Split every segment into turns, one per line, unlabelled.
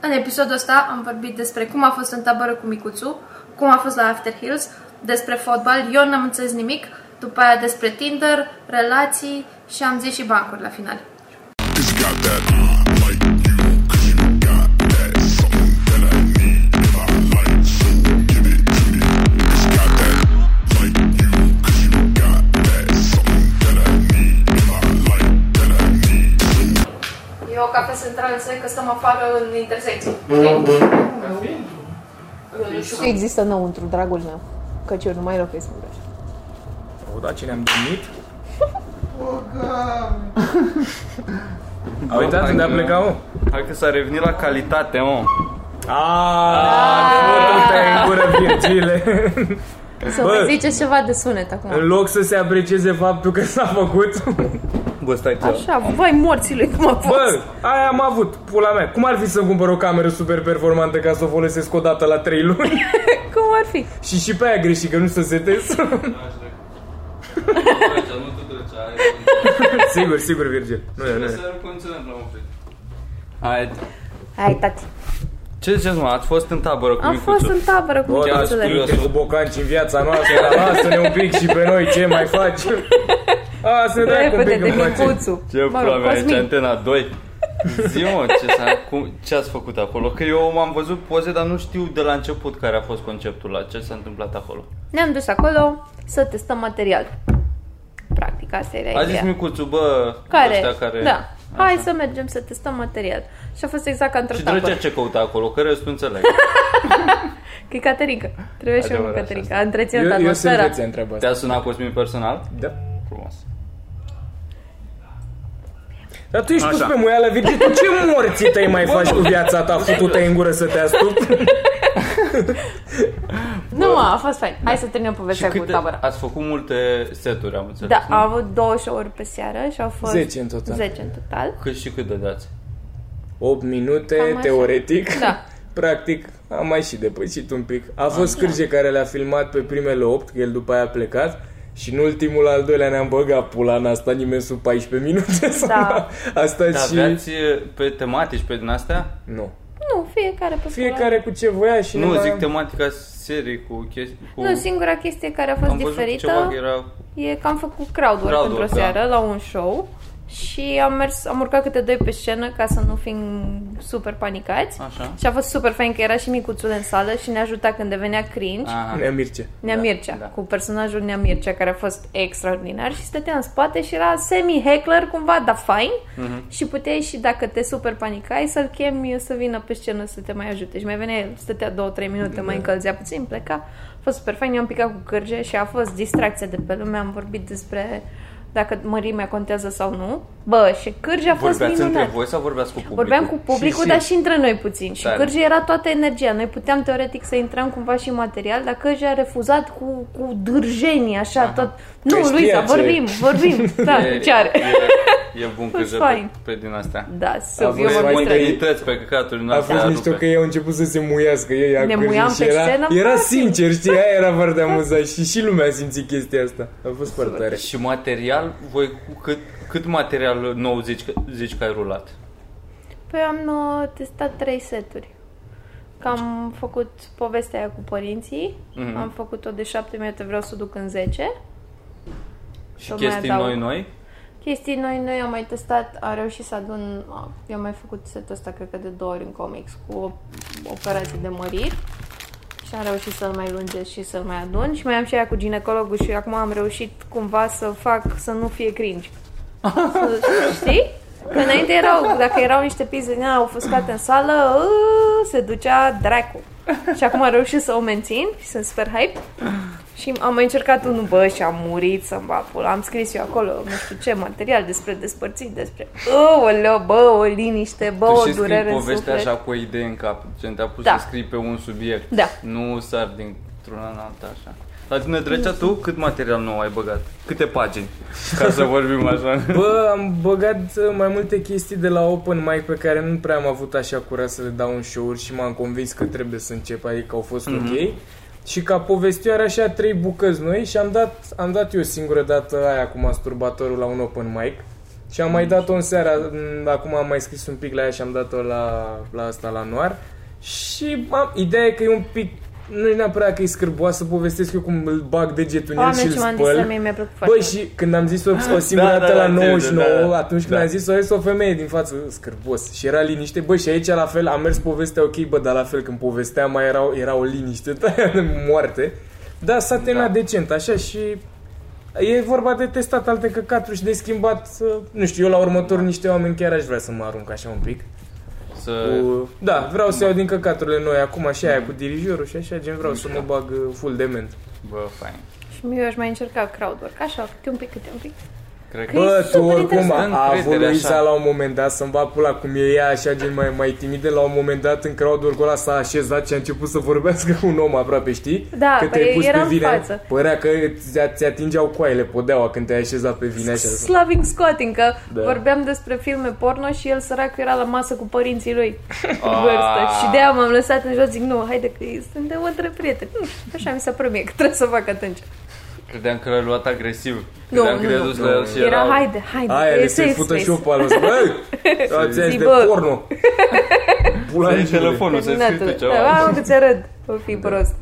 În episodul ăsta am vorbit despre cum a fost în tabără cu Micuțu, cum a fost la After Hills, despre fotbal, eu n-am înțeles nimic, după aia despre Tinder, relații și am zis și bancuri la final.
Cause you got that uh, like you, cause you got that something that I need if I like, so give it to me. Cause you got that like you, cause you got that something that I need if I like, that I need.
E o cafea centrală, înțeleg că stăm afară în intersecție.
Există înăuntru, dragul meu. Căci eu nu mai locuiesc în Brașov.
O, da, cine am gândit? A uitat unde a plecat, mă?
Hai că s-a revenit la calitate, mă.
Aaaa, în gură Virgile.
Să
Bă.
vă ziceți ceva de sunet acum.
În loc să se aprecieze faptul că s-a făcut.
Bă, stai tu.
Așa, vai morții lui, cum a fost.
Bă, aia am avut, pula mea. Cum ar fi să cumpăr o cameră super performantă ca să o folosesc o dată la 3 luni?
Cum ar fi?
și și pe aia greșit, că nu se setez.
nu te ducea, ai
sigur, sigur, Virgil. Nu, e, nu. e.
aer condiționat la un fric.
Hai,
Hai, tati.
ce ziceți, mă? Ați fost în tabără cu
Am fost
micuțul?
în tabără cu
Bă, da,
micuțele.
știu eu.
spune cu bocanci în viața noastră, dar lasă-ne un pic și pe noi, ce mai faci? A, să dai un
Repede,
pic
de
în pace.
micuțul.
Ce
Mă
pula
rog,
mea, aici,
Cosmin.
antena 2. Zi, mă, ce, s-a, cum, ce ați făcut acolo? Că eu m-am văzut poze, dar nu știu de la început care a fost conceptul la ce s-a întâmplat acolo.
Ne-am dus acolo să testăm material. Practic, asta era
A zis
ideea.
micuțul, bă,
Exact. Care?
ăștia care...
Da. Hai
Așa.
să mergem să testăm material. Și a fost exact ca într-o
Și
tabără.
drăgea ce căuta acolo, că restul înțeleg.
Că e Caterinca. Trebuie și eu cu
Adevărat,
Caterinca.
așa.
A întreținut
Eu, eu sunt
atmosfera.
vețe întreabă asta.
Te-a sunat Cosmin personal?
Da.
Frumos.
Dar tu ești pus
Așa.
pe muială, Virgil, tu ce morții tăi mai faci cu viața ta, futu-te în gură să te astup?
Nu, a fost fain. Hai să terminăm povestea cu
de-
tabăra.
ați făcut multe seturi, am înțeles.
Da,
nu?
am avut 20 ori pe seară și au fost...
10 în total.
10 în total.
Cât și cât dădeați?
8 minute,
Cam așa.
teoretic.
Da.
Practic, am mai și depășit un pic. A fost Cârge care le-a filmat pe primele 8, că el după aia a plecat. Și în ultimul, al doilea, ne-am băgat pula, n-a stat nimeni sub 14 minute. sau
Da.
A stat
Da,
și...
aveați e, pe tematici, pe din astea?
Nu.
Nu, fiecare pe
Fiecare cu ce voia și
Nu,
ne-am-
zic tematica serii cu chestii... Cu...
Nu, singura chestie care a fost
am văzut ceva
diferită
că era...
e că am făcut crowdwork
Crowdwork,
într-o
da.
seară la un show și am mers, am urcat câte doi pe scenă ca să nu fim super panicați.
Așa.
Și a fost super fain că era și micuțul în sală și ne ajuta când devenea cringe.
Aha.
Nea Mircea.
Nea
Da,
Mircea,
da.
cu personajul Nea Mircea, care a fost extraordinar și stătea în spate și era semi-heckler cumva, dar fain
Mhm.
și puteai și dacă te super panicai să-l chemi să vină pe scenă să te mai ajute și mai venea el, stătea 2-3 minute, mai
Da.
încălzea puțin, pleca, a fost super fain, eu am picat cu cărge și a fost distracția de pe lume, am vorbit despre dacă mărimea contează sau nu. Bă, și Cârge a fost
Vorbeați între
minunat.
voi sau vorbeați cu publicul?
Vorbeam cu publicul,
Și-
dar și între noi puțin. Și
Tare.
Cârge era toată energia. Noi puteam teoretic să intrăm cumva și în material, dar Cârge a refuzat cu, cu dârjenii, așa, tot. Nu,
știa
Luisa,
ce-
vorbim, vorbim. Da,
E-
ce are?
E, e bun
Fost
că pe,
fain.
pe din astea.
Da, să
fost
fiu
Pe
mai
vorbit
trei.
modernități, pe căcaturi
A fost mișto că ei au început să se muiască ei
Ne
acolo
muiam
și
pe
era,
scenă,
era
frate.
sincer, știi, aia era foarte amuzant și și lumea a simțit chestia asta. A fost foarte tare.
Și material, voi cu cât, cât material nou zici, că- zici că ai rulat?
Păi am uh, testat trei seturi. Că am făcut povestea aia cu părinții,
Mhm.
am făcut-o de șapte minute, vreau să o duc în 10.
Și
Să mai
chestii
adaug.
noi, noi?
Chestii noi, noi am mai testat, am reușit să adun, eu am mai făcut setul ăsta, cred că de două ori în comics, cu o operație de măriri și am reușit să-l mai lungesc și să-l mai adun și mai am și aia cu ginecologul și acum am reușit cumva să fac să nu fie cringe. Să, știi? Că înainte erau, dacă erau niște pizze din au ofuscate în sală, ă, se ducea dracu. Și acum am reușit să o mențin și sunt super hype. Și am mai încercat unul, bă, și am murit să-mi va pula. Am scris eu acolo, nu știu ce, material despre despărțit, despre... Aoleo, bă, o liniște, bă,
tu
o
Păi și
durere
scrii
în
povestea
suflet.
așa cu o idee în cap. Gen, te-a pus
Da.
să scrii pe un subiect.
Da.
Nu sar dintr-una în alta așa. La tine, Drecea, tu cât material nou ai băgat? Câte pagini? Ca să vorbim așa.
Bă, am băgat uh, mai multe chestii de la open mic pe care nu prea am avut așa curaj să le dau în show și m-am convins că trebuie să încep, adică au fost ok. Și ca povestioare așa trei bucăți noi și am dat, am dat eu singură dată aia cu masturbatorul la un open mic. Și am mai dat-o în seara, m, acum am mai scris un pic la ea și am dat-o la, la asta, la Noar. Și am, ideea e că e un pic, nu e neapărat că e scârboasă, povestesc eu cum îl bag degetul în el și
Oameni
îl
ce m-am zis
spăl.
mie mi-a plăcut foarte
Băi,
mult.
și când am zis-o o singură
Da,
dată
da,
la
da, înțeleg,
99,
da, da.
atunci când
Da.
am zis-o, a zis o femeie din față, "Ă, scârbos. Și era liniște. Băi, și aici la fel, am mers povestea ok, bă, dar la fel când povestea mai era, era o liniște, da, moarte. Dar s-a terminat
Da.
decent, așa, și e vorba de testat alte căcaturi și de schimbat, uh, nu știu, eu la următor niște oameni chiar aș vrea să mă arunc așa un pic.
Să...
Cu... Da, vreau să iau din căcaturile noi acum, așa aia cu dirijorul și așa, gen vreau să mă bag uh, full dement.
Bă, fain.
Și eu aș mai încerca crowdwork, așa, câte un pic, câte un pic.
Cred că...
Bă,
E
tu
super
oricum
interesant.
a
Încredere,
avut
așa.
Luisa la un moment dat să-mi va pula cum e ea așa gen mai, mai timidă La un moment dat în crowd-ul ăla s-a așezat și a început să vorbească cu un om aproape, știi?
Da,
când
păi
te-ai pus
era
pe
în
vine,
față.
Părea că ți- ți atingeau coaiele podeaua când te-ai așezat pe vine așa
Slavin Scotting, că
Da.
da. vorbeam despre filme porno și el săracul era la masă cu părinții lui cu vârstă.
Ah.
Și de-aia m-am lăsat în jos, zic, nu, haide că suntem între prieteni. Nu știu, așa mi s-a părut mie că trebuie să fac atunci.
Credeam că l-a luat agresiv.
Nu,
Credeam că
nu,
i-a
nu.
dus la el și
Era,
erau-
haide, haide,
Aia
e
le se
safe
fută
space.
și eu pe ală zic, Băi, ți-ai
Zi,
de
bă.
porno Pula
Să iei
iubire.
telefonul, să scrii tu
Terminată. Da,
ceva.
mamă, că ți-arăt. O fi prost.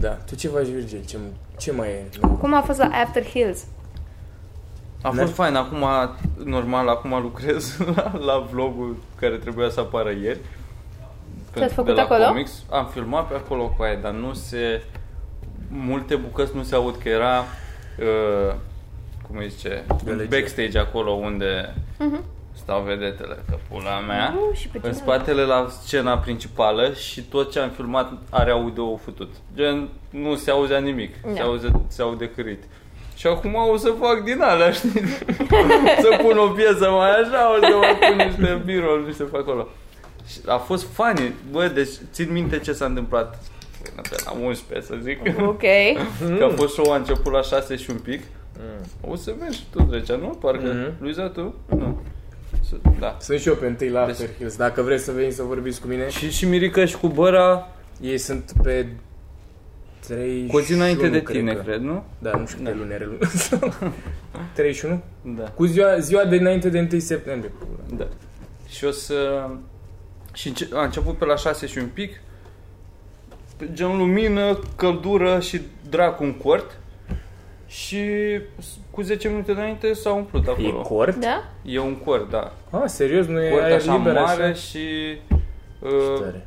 Da, tu ce faci, Virgil? Ce, ce mai e? nou?
Cum a fost la After Hills?
A fost fain, acum, normal, acum lucrez la, la vlogul care trebuia să apară ieri. Pentru-
făcut
de la
acolo?
Comics. Am filmat pe acolo cu aia, dar nu se... Multe bucăți nu se aud, că era, uh, cum îi zice, un
Gălăgie.
backstage acolo unde stau vedetele, că pula mea.
Nu, Mhm. Uh, și pe
în
tine.
spatele la scena principală și tot ce am filmat are audio futut. Gen, nu se auzea nimic,
Da.
se, auze, se aude cârit. Și acum o să fac din alea, știi? să pun o piesă mai așa, o să mai pun niște birol, niște pe acolo. Și a fost funny. Bă, deci țin minte ce s-a întâmplat până pe la 11, să zic.
Ok.
Că a fost show a început la 6 și un pic. O să mergi tu, Drecea, nu? Parcă.
Mhm.
Luiza, tu? Nu. Să- Da.
Sunt și eu pe întâi la After Hills Dacă vreți să veniți să vorbiți cu mine
Și, și Mirica și cu Băra
Ei sunt pe 31,
Cu zi înainte de tine,
că.
cred, nu?
Da, nu știu, da. luni are luni. 31?
Da.
Cu ziua, ziua de înainte de 1 septembrie. pula.
da. Și o să... Și înce- a început pe la 6 și un pic. Gen lumină, căldură și dracu în cort. Și s- cu 10 minute înainte s-a umplut
E
acolo.
cort?
Da?
E un cort, da.
Ah, serios? Nu e
Cort
aer
așa
liber
mare
așa?
și...
Ce
Uh,
tare.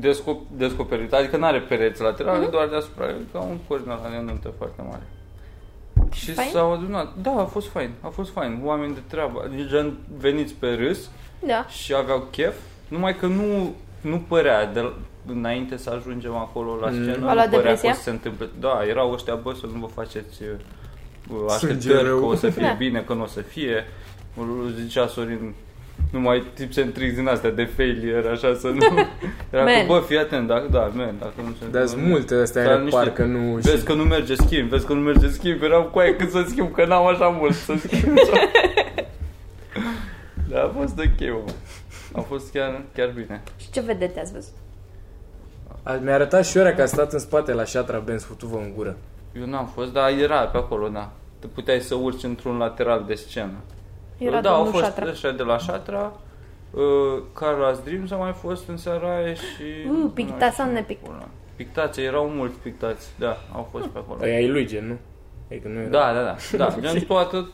desco- descoperit, adică nu are pereți laterale, mm-hmm. doar deasupra, e ca un corn la nenuntă foarte mare. Și
Fain?
s-au adunat. Da, a fost fain, a fost fain. Oameni de treabă, gen veniți pe râs
Da.
și aveau chef, numai că nu, nu părea de la- înainte să ajungem acolo la scenă,
Mm.
nu
A
părea
luat
că
depresia?
o să se întâmple. Da, erau ăștia, bă, să nu vă faceți
Sânge
uh, așteptări
rău.
că o să fie
Da.
bine, că nu o să fie. Zicea Sorin, numai tips and tricks din astea de failure, așa să nu... Era că,
Man.
bă, fii atent, dacă, da, man, dacă nu se
Dar sunt multe astea
Dar
care
niște-
parcă nu... și-
Vezi că nu merge schimb, vezi că nu merge schimb, eram cu aia cât să schimb, că n-am așa mult să schimb. Dar a fost ok, mă. A fost chiar, chiar bine.
Și ce vedete ați văzut?
A- Mi-a arătat și ora că a stat în spate la șatra Benz, futu-vă în gură.
Eu n-am fost, dar era pe acolo, da. Te puteai să urci într-un lateral de scenă.
Era
da, au
domnul
fost
Șatra.
ăștia de la Șatra, uh, Carlos Dreams a mai fost în seara aia și...
Uh,
nu
pictați
mai
sau
știu
nepict?
acolo. Pictați, erau mulți pictați, da, au fost pe acolo.
Aia e lui gen, nu? Adică nu era...
Da, da, da. da. Gen toată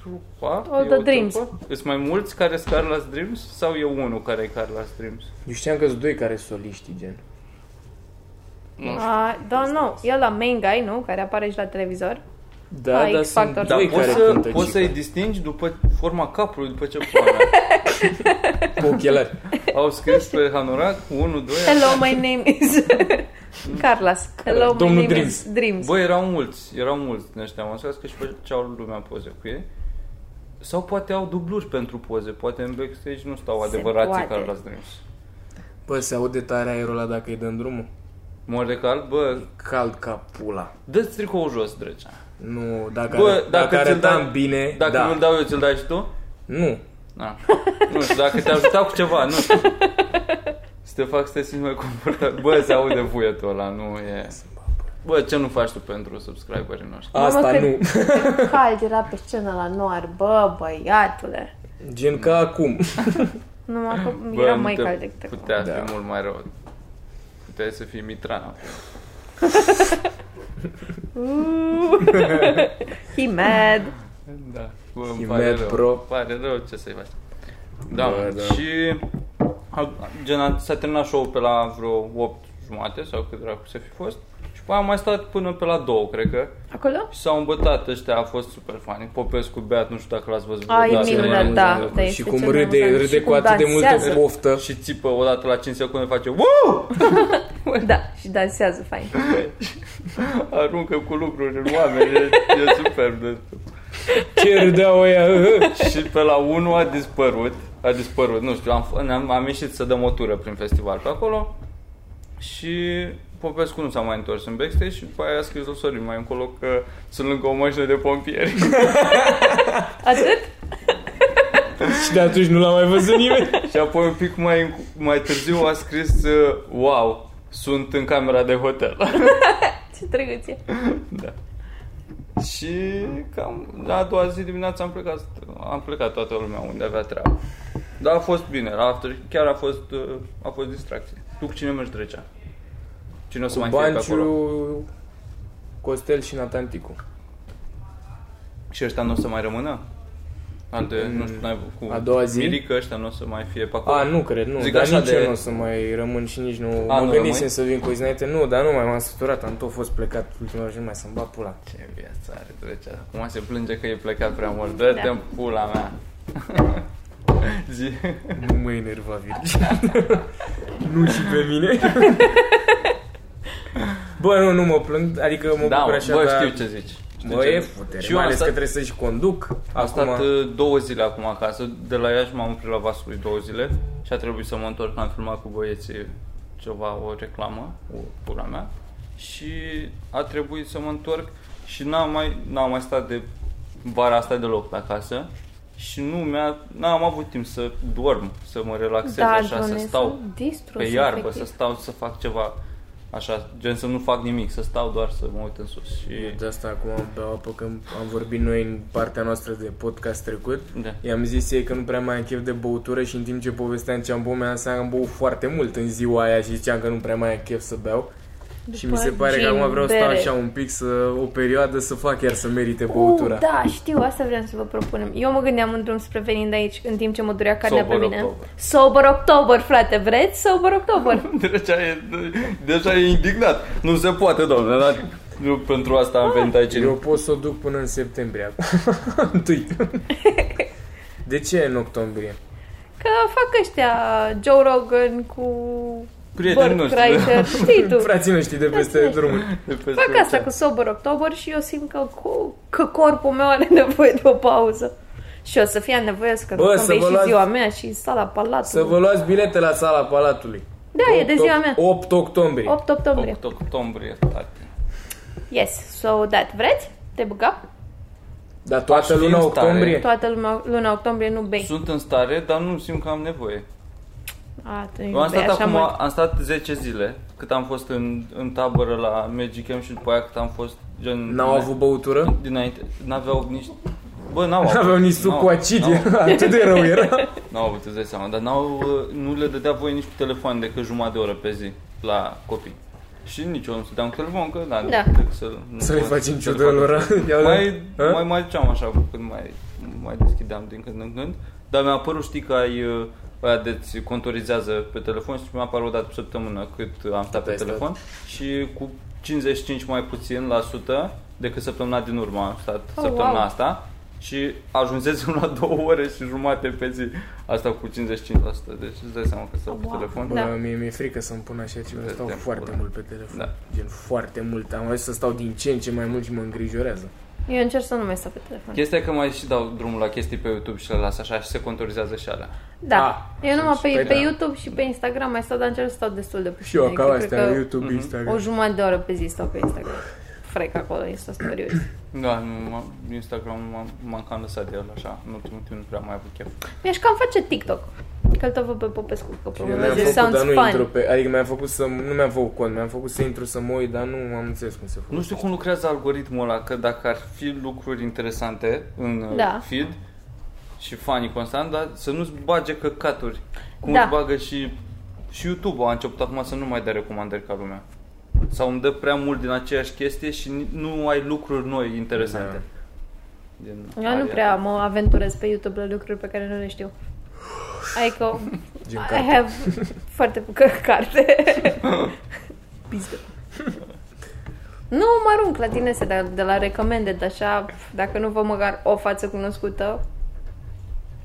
trupa.
All
e
the
o
dreams.
trupă. Sunt mai mulți care sunt Carlos Dreams sau e unul care e Carlos Dreams?
Eu știam că sunt doi care sunt soliști, gen.
Nu știu.
Ah, da, nu. E la main guy, nu? Care apare și la televizor.
Da,
Ah,
dar
X
sunt
Factor.
Dar
doi
poți,
care
să,
cântă
poți
Gica.
să-i distingi după forma capului, după ce pula mea.
Cu ochelari.
Au scris pe hanorac 1, 2,
Hello, my name is... Carlos. Hello, my
Domnul
name
Dreams.
is Dreams.
Bă, erau mulți, erau mulți din ăștia măscați că și făceau lumea poze cu ei. Sau poate au dubluri pentru poze, poate în backstage nu stau
Se
adevărații
poate.
Carlos Dreams.
Bă, se aude tare aerul ăla dacă îi dăm drumul?
Mor de cal, bă,
Cald ca pula.
dă-ți tricoul jos, drecea.
Nu, dacă,
Bă,
Bă, dacă,
ți-l
arătam
dai-
bine,
dacă
da.
nu-l dau eu, ți-l dai și tu?
Nu.
Da. Nu știu, dacă te-a ajutat cu ceva, nu știu. Să te fac să te simți mai confortabil. Bă, se aude vuietul ăla, nu e... Bă, ce nu faci tu pentru subscriberii noștri?
Mamă,
Asta
cât-
nu.
Cât Cald era pe scenă la noar, bă, băiatule.
Gen ca acum.
Numai că
Bă,
era
nu
mai
te
cald decât acum.
Putea
Da.
fi mult mai rău. Puteai să fii Mitran.
He mad.
Da, bă, îmi
He
pare
mad
rău.
pro.
pare rău, ce să-i faci. Da,
Bă, da.
și a, gen, a- s-a terminat show pe la vreo 8 jumate sau cât dracu să fi fost. Și pe aia am mai stat până pe la 2, cred că.
Acolo?
Și s-au îmbătat ăștia, a fost super funny. Popescu Beat, nu știu dacă l-ați văzut.
Ai,
vreodată.
da, minunat,
da,
da.
da,
da
și
este
cum
cel mai
râde,
amuzant.
râde
Și
cu
cum
atât de multă
dansează.
poftă.
Și țipă odată la 5 secunde face Wow!
Da, și dansează fain.
Aruncă cu lucruri în oameni, e, e superb. de-
Ce râdeau ăia?
și pe la 1 a dispărut, a dispărut, nu știu, am, am, am ieșit să dăm o tură prin festival pe acolo și Popescu nu s-a mai întors în backstage și după aia a scris o Sorin mai încolo că sunt lângă o mașină de pompieri.
Atât?
și de atunci nu l-a mai văzut nimeni.
și apoi un pic mai, înc- mai târziu a scris uh, Wow, sunt în camera de hotel.
Ce drăguț e.
da. Și cam la a doua zi dimineața am plecat, am plecat toată lumea unde avea treabă. Dar a fost bine, la after, chiar a fost, uh, a fost distracție. Tu cu cine mergi trecea? Cine o să mai fie pe acolo?
Banciu, Costel și Natanticu.
Și ăștia nu o să mai rămână? Alte, nu știu, n-ai, cu
A doua zi?
Mirica ăștia nu o să mai fie pe acolo.
A, nu cred, nu,
Zic
dar
așa
nici
de-
eu nu o să mai rămân și nici nu...
A,
mă
nu
gândisem
rămâi?
să vin cu Iznaite, nu, dar nu mai m-am săturat, am tot fost plecat ultima oară și nu mai să-mi bat pula.
Ce viață are trecea. Acum se plânge că e plecat prea mult. Dă-te
Da.
în pula mea. Zi.
Nu mă enerva, Virgil. nu și pe mine. Bă, nu, nu mă plâng, adică mă
Da,
bucur
mă,
așa,
bă,
dar...
știu ce zici. Știu
Bă,
ce
e
zici.
putere,
Și eu
mai
am
ales că
stat-
trebuie să-și conduc.
Am
acum.
stat uh, două zile acum acasă, de la Iași m-am oprit la Vaslui două zile și a trebuit să mă întorc, am filmat cu băieții ceva, o reclamă, o pula mea și a trebuit să mă întorc și n-am mai, n-am mai stat de vara asta deloc pe acasă și nu mi-a, n-am avut timp să dorm, să mă relaxez așa, să
Doane,
stau
sunt distrus,
pe iarbă, să
efectiv.
stau să fac ceva așa, gen să nu fac nimic, să stau doar să mă uit în sus și...
De asta acum am beau apă când am vorbit noi în partea noastră de podcast trecut.
Da.
I-am zis ei că nu prea mai am chef de băutură și în timp ce povesteam ce am băut, mi-am seama că am băut foarte mult în ziua aia și ziceam că nu prea mai am chef să beau. și mi se pare că
gin,
acum vreau să stau
bere.
așa un pic, să o perioadă să fac chiar să merite băutura.
Uh, da, știu, asta vreau să vă propunem. Eu mă gândeam în drum spre venind aici, în timp ce mă durea carnea
Sober
pe mine.
October.
Sober October, frate, vreți? Sober October.
Deja e, deja e indignat. Nu se poate, doamne, dar eu pentru asta am venit aici.
Eu pot să o duc până în septembrie acum. Întâi. de ce în octombrie?
Că fac ăștia Joe Rogan cu
Prietenii
Burt
noștri. da.
Kreischer, știi Păi tu.
Frații noștri de peste
Frații
drumul.
De peste
Fac asta
ocean.
cu Sober October și eu simt că, cu, că corpul meu are nevoie de o pauză. Și o să fie nevoie că
Bă,
Bă,
să
să
vă
și
luați-
ziua mea și sala palatului.
Să vă luați bilete la sala Palatului.
Da, e de ziua mea.
8 octombrie.
8 octombrie.
8 octombrie, tati.
Yes, so that. Vreți? Te băga?
Dar toată
Aș fi
luna
în stare.
octombrie?
Toată lumea, luna octombrie nu bei.
Sunt în stare, dar nu simt că am nevoie.
A, tu
Eu am
nu bei
stat
așa
acum,
mult.
am stat 10 zile, cât am fost în, în tabără la Magic Camp și după aia cât am fost gen...
N-au avut băutură?
Dinainte, n-aveau nici... Bă, n-au avut.
Aveau nici suc
n-au-
cu acid,
n-au-
atât de rău era.
N-au avut, îți dai seama, dar n-au, uh, nu le dădea voie nici cu telefon decât jumătate de oră pe zi la copii. Și nici eu nu stăteam cu telefon, că da,
Da.
decât să, nu
Să le
pot
facem da?
să-l
ciudă
fac.
lor.
Mai,
Ă?
mai, mai duceam așa, când mai, mai deschideam din când în când, dar mi-a apărut, știi, că ai, uh, aia de ți contorizează pe telefon și mi-a apărut o dată pe săptămână cât am stat
Cât
pe
ai stat?
telefon și cu 55 mai puțin la sută decât săptămâna din urmă am stat
Oh,
săptămâna
wow.
asta și ajunsesem la două ore și jumate pe zi. Asta cu 55%, deci îți dai seama că stau pe
Wow.
telefon.
Bă,
Da.
mie mi-e frică să-mi pun așa ceva, stau
Te-am
foarte
furat.
mult pe telefon.
Da.
Gen foarte mult, am ajuns să stau din ce în ce mai mult și mă îngrijorează.
Eu încerc să nu mai stau pe telefon.
Chestia e că mai și dau drumul la chestii pe YouTube și le las așa și se contorizează și alea.
Da.
Ah,
eu numai
deci,
pe,
păi
pe
da.
YouTube și pe Instagram mai stau, dar încerc să stau destul de puțin.
Și eu,
Adică
ca
cred
astea,
că
Mhm.
YouTube,
O
Instagram.
jumătate de oră pe zi stau pe Instagram. Frec acolo, Insta Stories.
Da, nu, m-am- Instagram m-am, m-am cam lăsat de el așa, în ultimul timp nu prea mai avut chef.
Mi-aș cam face TikTok. Căltovă pe Popescu, că
Mi-am
promovezi.
făcut,
Sounds
dar nu intru
fun.
pe... Adică mi-am făcut să... Nu mi-am făcut cont, mi-am făcut să intru să mă uit, dar nu am înțeles cum se face.
Nu știu cum lucrează algoritmul ăla, că dacă ar fi lucruri interesante în uh,
Da.
feed și fanii constant, dar să nu-ți bage căcaturi. Cum
Da.
îți bagă și, și YouTube-ul a început acum să nu mai dea recomandări ca lumea. Sau îmi dă prea mult din aceeași chestie și ni- nu ai lucruri noi interesante.
Da.
Gen
Eu nu
aria.
prea mă aventurez pe YouTube la lucruri pe care nu le știu. Adică,
Gen
I
carte.
have foarte pucă carte. Pizdă. Nu mă arunc la tine să de, de la recommended, așa, dacă nu vă măcar o față cunoscută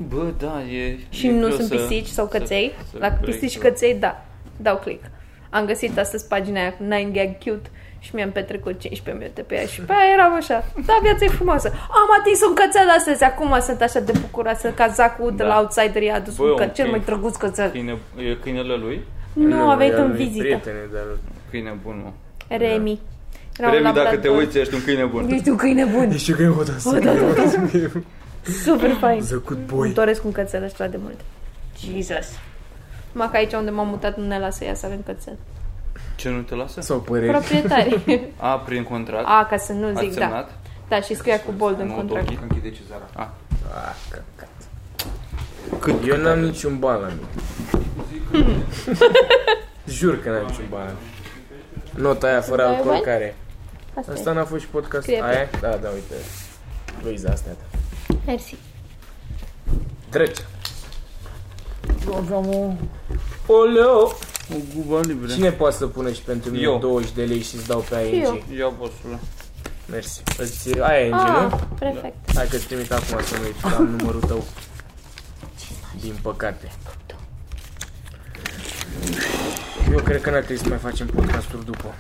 Bă, da, e...
și
e
nu
greu
sunt
să-
pisici sau căței,
să
la
vrei
pisici și
să-
căței, da, dau click. Am găsit astăzi pagina aia cu 9 gag cute și mi-am petrecut 15 minute pe ea și pe aia eram așa, da, viața e frumoasă. Am atins un cățel astăzi, acum sunt așa de bucuroasă, cazacul de
Da.
la outsider i-a adus
Bă,
un
un
cățel, cel mai
câine.
drăguț cățel.
Câine, e câinele lui?
Nu, a venit
ea
în
nu-i
vizită.
Prietene, dar...
Câine bun, mă.
Remi. Era un
Remi, Da. dacă te
labrador.
uiți, ești un câine bun.
Ești un câine bun.
Deci știu că e o
Bă, da, da, da. Super fain.
Zăcut
Îmi
boi.
doresc un cățel așa de mult. Jesus. Numai că aici unde m-am mutat nu ne lasă ea să avem cățel.
Ce nu te lasă?
Sau păreri.
Proprietari.
A, prin contract?
A, ca să nu
Ați
zic, da.
semnat?
Da, și scria cu bold în
Nu,
contract.
Dochi.
Închide cezara.
Ah, căcat. Cât? Eu n-am niciun ban la mine. Jur că n-am niciun ban la mine. Nota aia fără
Dai
alcool
bani?
care...
Asta e.
Asta n-a fost și podcast
Scrie pe-
aia? Da, da, uite. Luiza, asta e a ta.
Mersi.
Trece. Eu aveam o... Oleo!
O guba liberă.
Cine poate să pună și pentru mine
Eu.
20 de lei și îți dau pe ING?
Eu.
Ia, bosule.
Mersi. Îți... Ai ING,
Ah,
nu?
perfect.
Hai că-ți trimit acum să nu uiți, că am numărul tău. Din păcate. Eu cred că n-ar trebui să mai facem podcasturi după.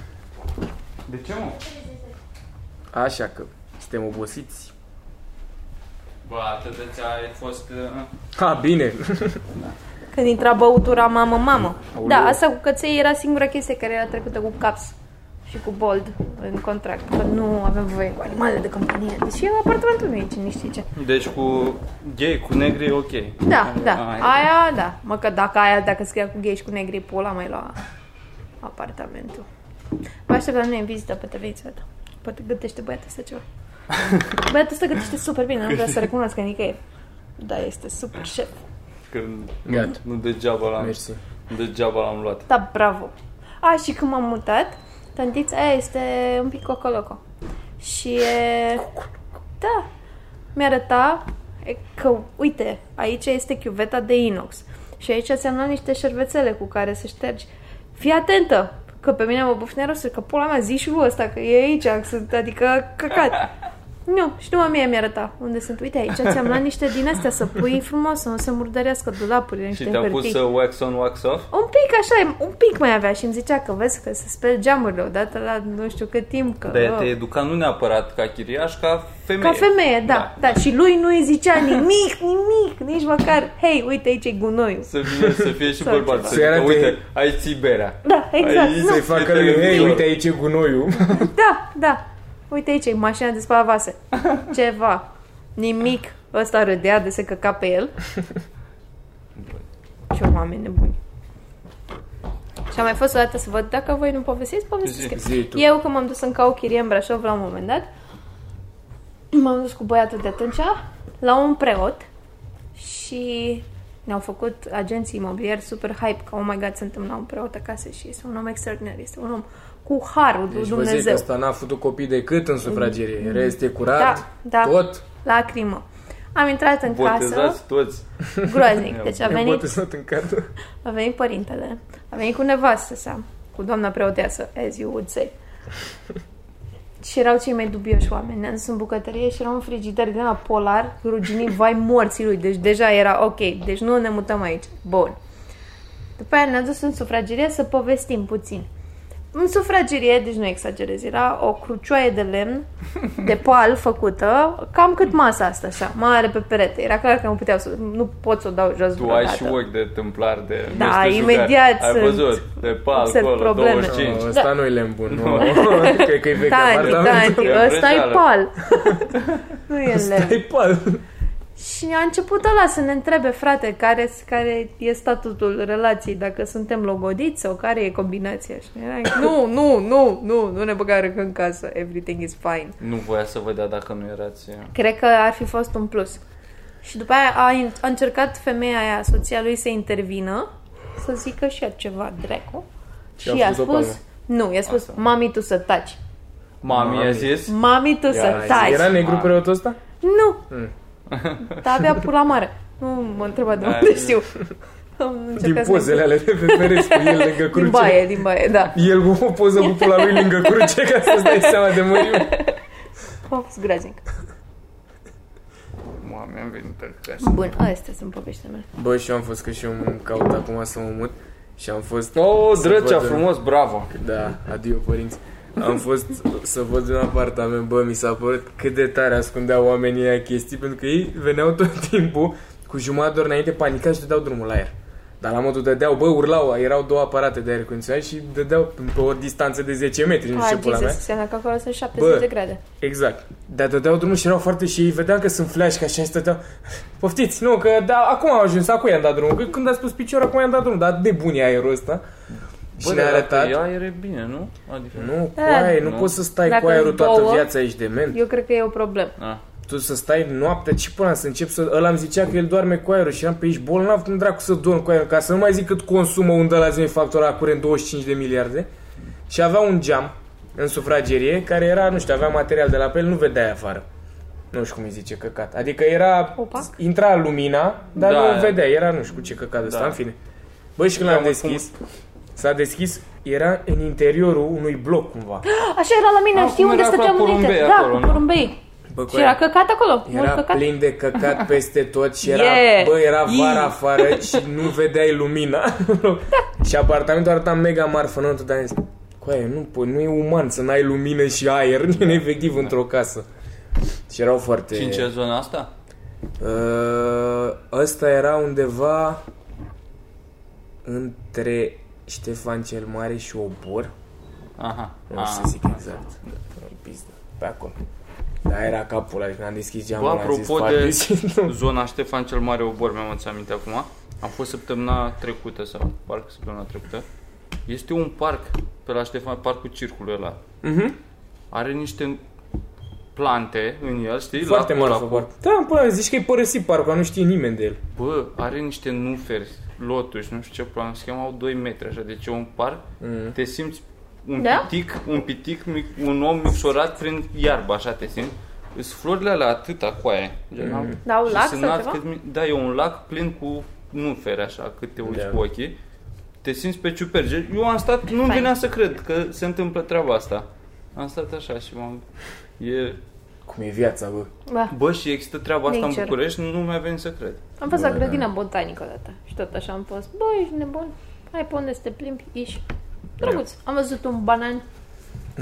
De ce, mă?
Așa că suntem obosiți.
Bă, atât de ți-a ai fost... uh,
Ha, bine!
Când intra băutura mamă, mamă.
Aoleu.
Da, asta cu căței era singura chestie care era trecută cu caps și cu bold în contract. Că nu avem voie cu animale de companie. Deci e apartamentul meu aici, nu știi ce.
Deci cu gay, cu negri e ok.
Da, da.
Aia.
Aia, da. Mă, că dacă aia, dacă scria cu gay și cu negri, pula mai la apartamentul. Vă aștept la noi în vizită pe televiziunea ta. Poate gătește băiatul ăsta ceva. Băiatul ăsta gătește super bine, nu vreau să recunosc nicăieri. Da, este super șef.
Când
Gata.
nu degeaba l-am,
Mersi.
nu degeaba l-am luat.
Da, bravo. A, și când m-am mutat, tantița aia este un pic cocoloco. Și e... Da. Mi-arăta e, că, uite, aici este chiuveta de inox. Și aici ți-am luat niște șervețele cu care să ștergi. Fii atentă! Că pe mine mă bufnea rosul, că pula mea, zi și voi ăsta, că e aici, sunt, adică căcat. Nu, și numai mie mi-arăta unde sunt. Uite, aici ți-am luat niște din astea să pui frumos, să nu se murdărească dulapurile,
Și
niște
te-a pus uh,
hârtii.
să wax on, wax off?
Un pic așa, un pic mai avea și îmi zicea că vezi că se speli geamurile odată la nu știu cât timp. Că,
De aia te educa nu neapărat ca chiriaș, ca femeie.
Oh. ca femeie, da, da, da. Și lui nu îi zicea nimic, nimic, nici măcar, hei, uite aici e gunoiul.
Să fie, să fie și
Sau
bărbat.
ceva.
Să
Să
zică,
arate-
uite, ai țiberea.
Da, exact.
Ai-
nu.
Să-i facă lui, hei, uite aici e gunoiul.
Da, da. Uite aici e mașina de spălat vase. Ceva. Nimic. Ăsta râdea de se căca pe el. Ce oameni nebuni. Și am mai fost o dată să văd dacă voi nu povestiți, povestiți.
Zi,
că-
zi tu.
Eu, când m-am dus în cau chirie în Brașov la un moment dat, m-am dus cu băiatul de atunci la un preot și ne-au făcut agenții imobiliari super hype că, oh my god, suntem la un preot acasă și este un om extraordinar, este un om cu harul lui
Deci vă zic că
Dumnezeu. Mm.
ăsta n-a făcut copii decât în sufragerie. Rest e curat,
Da, da.
tot.
Lacrimă. Am intrat în casă,
Botezați toți.
groaznic, deci a
Eu
venit,
poate să în cadru.
a venit părintele, a venit cu nevastă sa, cu doamna preoteasă, as you would say. Și erau cei mai dubioși oameni. Ne-am dus în bucătărie și era un frigider din la polar, ruginit, vai morții lui. Deci deja era ok, deci nu ne mutăm aici. Bun. După aia ne-am dus în sufragerie să povestim puțin. În sufragerie, deci nu exagerez, era o crucioaie de lemn, de pal făcută, cam cât masa asta, așa, mare pe perete. Era clar că nu, puteau să, nu pot să o dau jos
Tu ai și
vreodată.
ochi de tâmplar de
Da,
meșteșugar.
imediat
Ai
sunt-
văzut, de pal,
observ
acolo,
probleme.
25.
Ăsta
Da.
nu-i lemn bun, nu. Cred că-i vechi
Tanti,
apartament.
Tanti,
E
ăsta e
vrăjeală.
pal. nu e lemn.
Stai pal.
Și a început ăla să ne întrebe, frate, care, care e statutul relației, dacă suntem logodiți sau care e combinația. Și noi eram, nu, nu, nu, nu, nu ne băga râcă în casă, everything is fine.
Nu voia să vă dea dacă nu erați...
Cred că ar fi fost un plus. Și după aia a, a încercat femeia aia, soția lui, să intervină, să zică și ea ceva, dracu. Și,
a
i-a
făcut o palmă.
spus, nu, i-a spus, mami, tu să taci.
Mami,
Mami.
a zis?
Mami, tu să taci.
Era negru
Mamă.
preotul ăsta?
Nu.
Mm.
Dar avea pula mare. Nu mă întreba de
Da,
unde știu. Am
Din
încercat să-
pozele ale de pe pereți cu el lângă
Din
cruce.
baie, din baie, da.
El cu o poză cu pula lui lângă cruce ca să-ți dai seama de mărime.
A fost Oh, groaznic.
Mami, am venit acasă.
Bun, astea sunt poveștile mele.
Bă, și eu am fost că și eu îmi caut acum să mă mut și am fost...
O,
să
drăcea,
văd-
frumos, bravo!
Da, adio părinți. Am fost să văd un apartament, bă, mi s-a părut cât de tare ascundeau oamenii aia chestii, pentru că ei veneau tot timpul cu jumătate de oră înainte panicat și dădeau drumul la aer. Dar la modul dădeau, bă, urlau, erau două aparate de aer condiționat și dădeau pe o distanță de 10 metri, nu știu
Ah,
Deci ce pula
Jesus,
mea.
înseamnă că acolo sunt 70 de
Bă.
grade.
Exact. Dar dădeau drumul și erau foarte și ei vedeam că sunt flash, că așa și stăteau. Poftiți, nu, că da, acum am ajuns, acum i-am dat drumul. Că când a spus picior, acum i-am dat drumul, dar de bun e aerul ăsta. și ne-a
dar
arătat.
Cu ea era bine, nu? Adică...
Nu, cu
Da,
aer, nu,
nu.
poți să stai
Dacă
cu aerul
sunt
toată
două-
viața, ești dement.
Eu cred că e o problemă.
A,
Tu să stai noaptea, ce până să încep să... Ăla îmi zicea că el doarme cu aerul și eram pe aici bolnav, cum dracu să dorm cu aerul, ca să nu mai zic cât consumă un de la zi factura curent 25 de miliarde. Și avea un geam în sufragerie care era, nu știu, avea material de la pe el, nu vedeai afară. Nu știu cum îi zice căcat. Adică era...
Opac?
Intra lumina, dar
Da.
da. nu vedea. Era nu știu cu ce căcat ăsta,
Da.
în fine. Bă, și când l-am
Da, mă, cum-
deschis, s-a deschis, era în interiorul unui bloc cumva.
Ah, Așa era la mine,
Acum
știi unde
era cu
stăteam
la porumbei
înainte?
acolo,
Da, cu
nu?
porumbei.
Bă, cu
Și era
aia-
căcat acolo, mult
Era
căcat.
plin de căcat peste tot și era,
Yeah.
yeah. bă, era vara
Ii.
afară și nu vedeai lumina. și apartamentul arăta mega marfă înăuntru, dar am zis, coaie, nu, po- nu e uman să n-ai lumină și aer, în efectiv, într-o casă. Și erau foarte...
și în ce zona asta?
Uh, ăsta era undeva între Ștefan cel Mare și Obor.
Aha.
Nu știu să zic exact. În pizdă, Pe acolo. Dar era capul, adică am deschis
Bă,
geamul, am zis,
apropo
"Fuck
de
this", și nu-
zona Ștefan cel Mare Obor, mi-am înțeles aminte acum. Am fost săptămâna trecută sau parcă săptămâna trecută. Este un parc pe la Ștefan, parcul circului ăla.
Mhm.
Are niște plante în el, știi?
Foarte
Lacul,
mult
lacul.
făcut. Da, până zici că e părăsit parcul, nu știe nimeni de el.
Bă, are niște nuferi, loturi, nu știu ce plan, se chemau 2 metri, așa, deci e un par, mm. te simți un
Da?
pitic, un pitic, mic, un om micșorat prin iarbă, așa te simți. Sunt florile alea atâta cu aia. Gen,
Mm.
au-
Da, un
și
lac
se
sau
nasc
ceva?
cât mi- Da, e un lac plin cu nuferi, așa, cât te uiți
Da.
cu ochii. Te simți pe ciuperge. Eu am stat, nu-mi
Fain.
venea să cred că se întâmplă treaba asta. Am stat așa și m-am... E...
Cum e viața, bă?
Da.
Bă, și există treaba asta
Nature.
în București, nu mi-a venit să cred.
Am fost la
Bă, da.
grădina botanică odată și tot așa am fost. Bă, ești nebun. Hai pe unde să te plimbi, ieși. Drăguț. Am văzut un banan,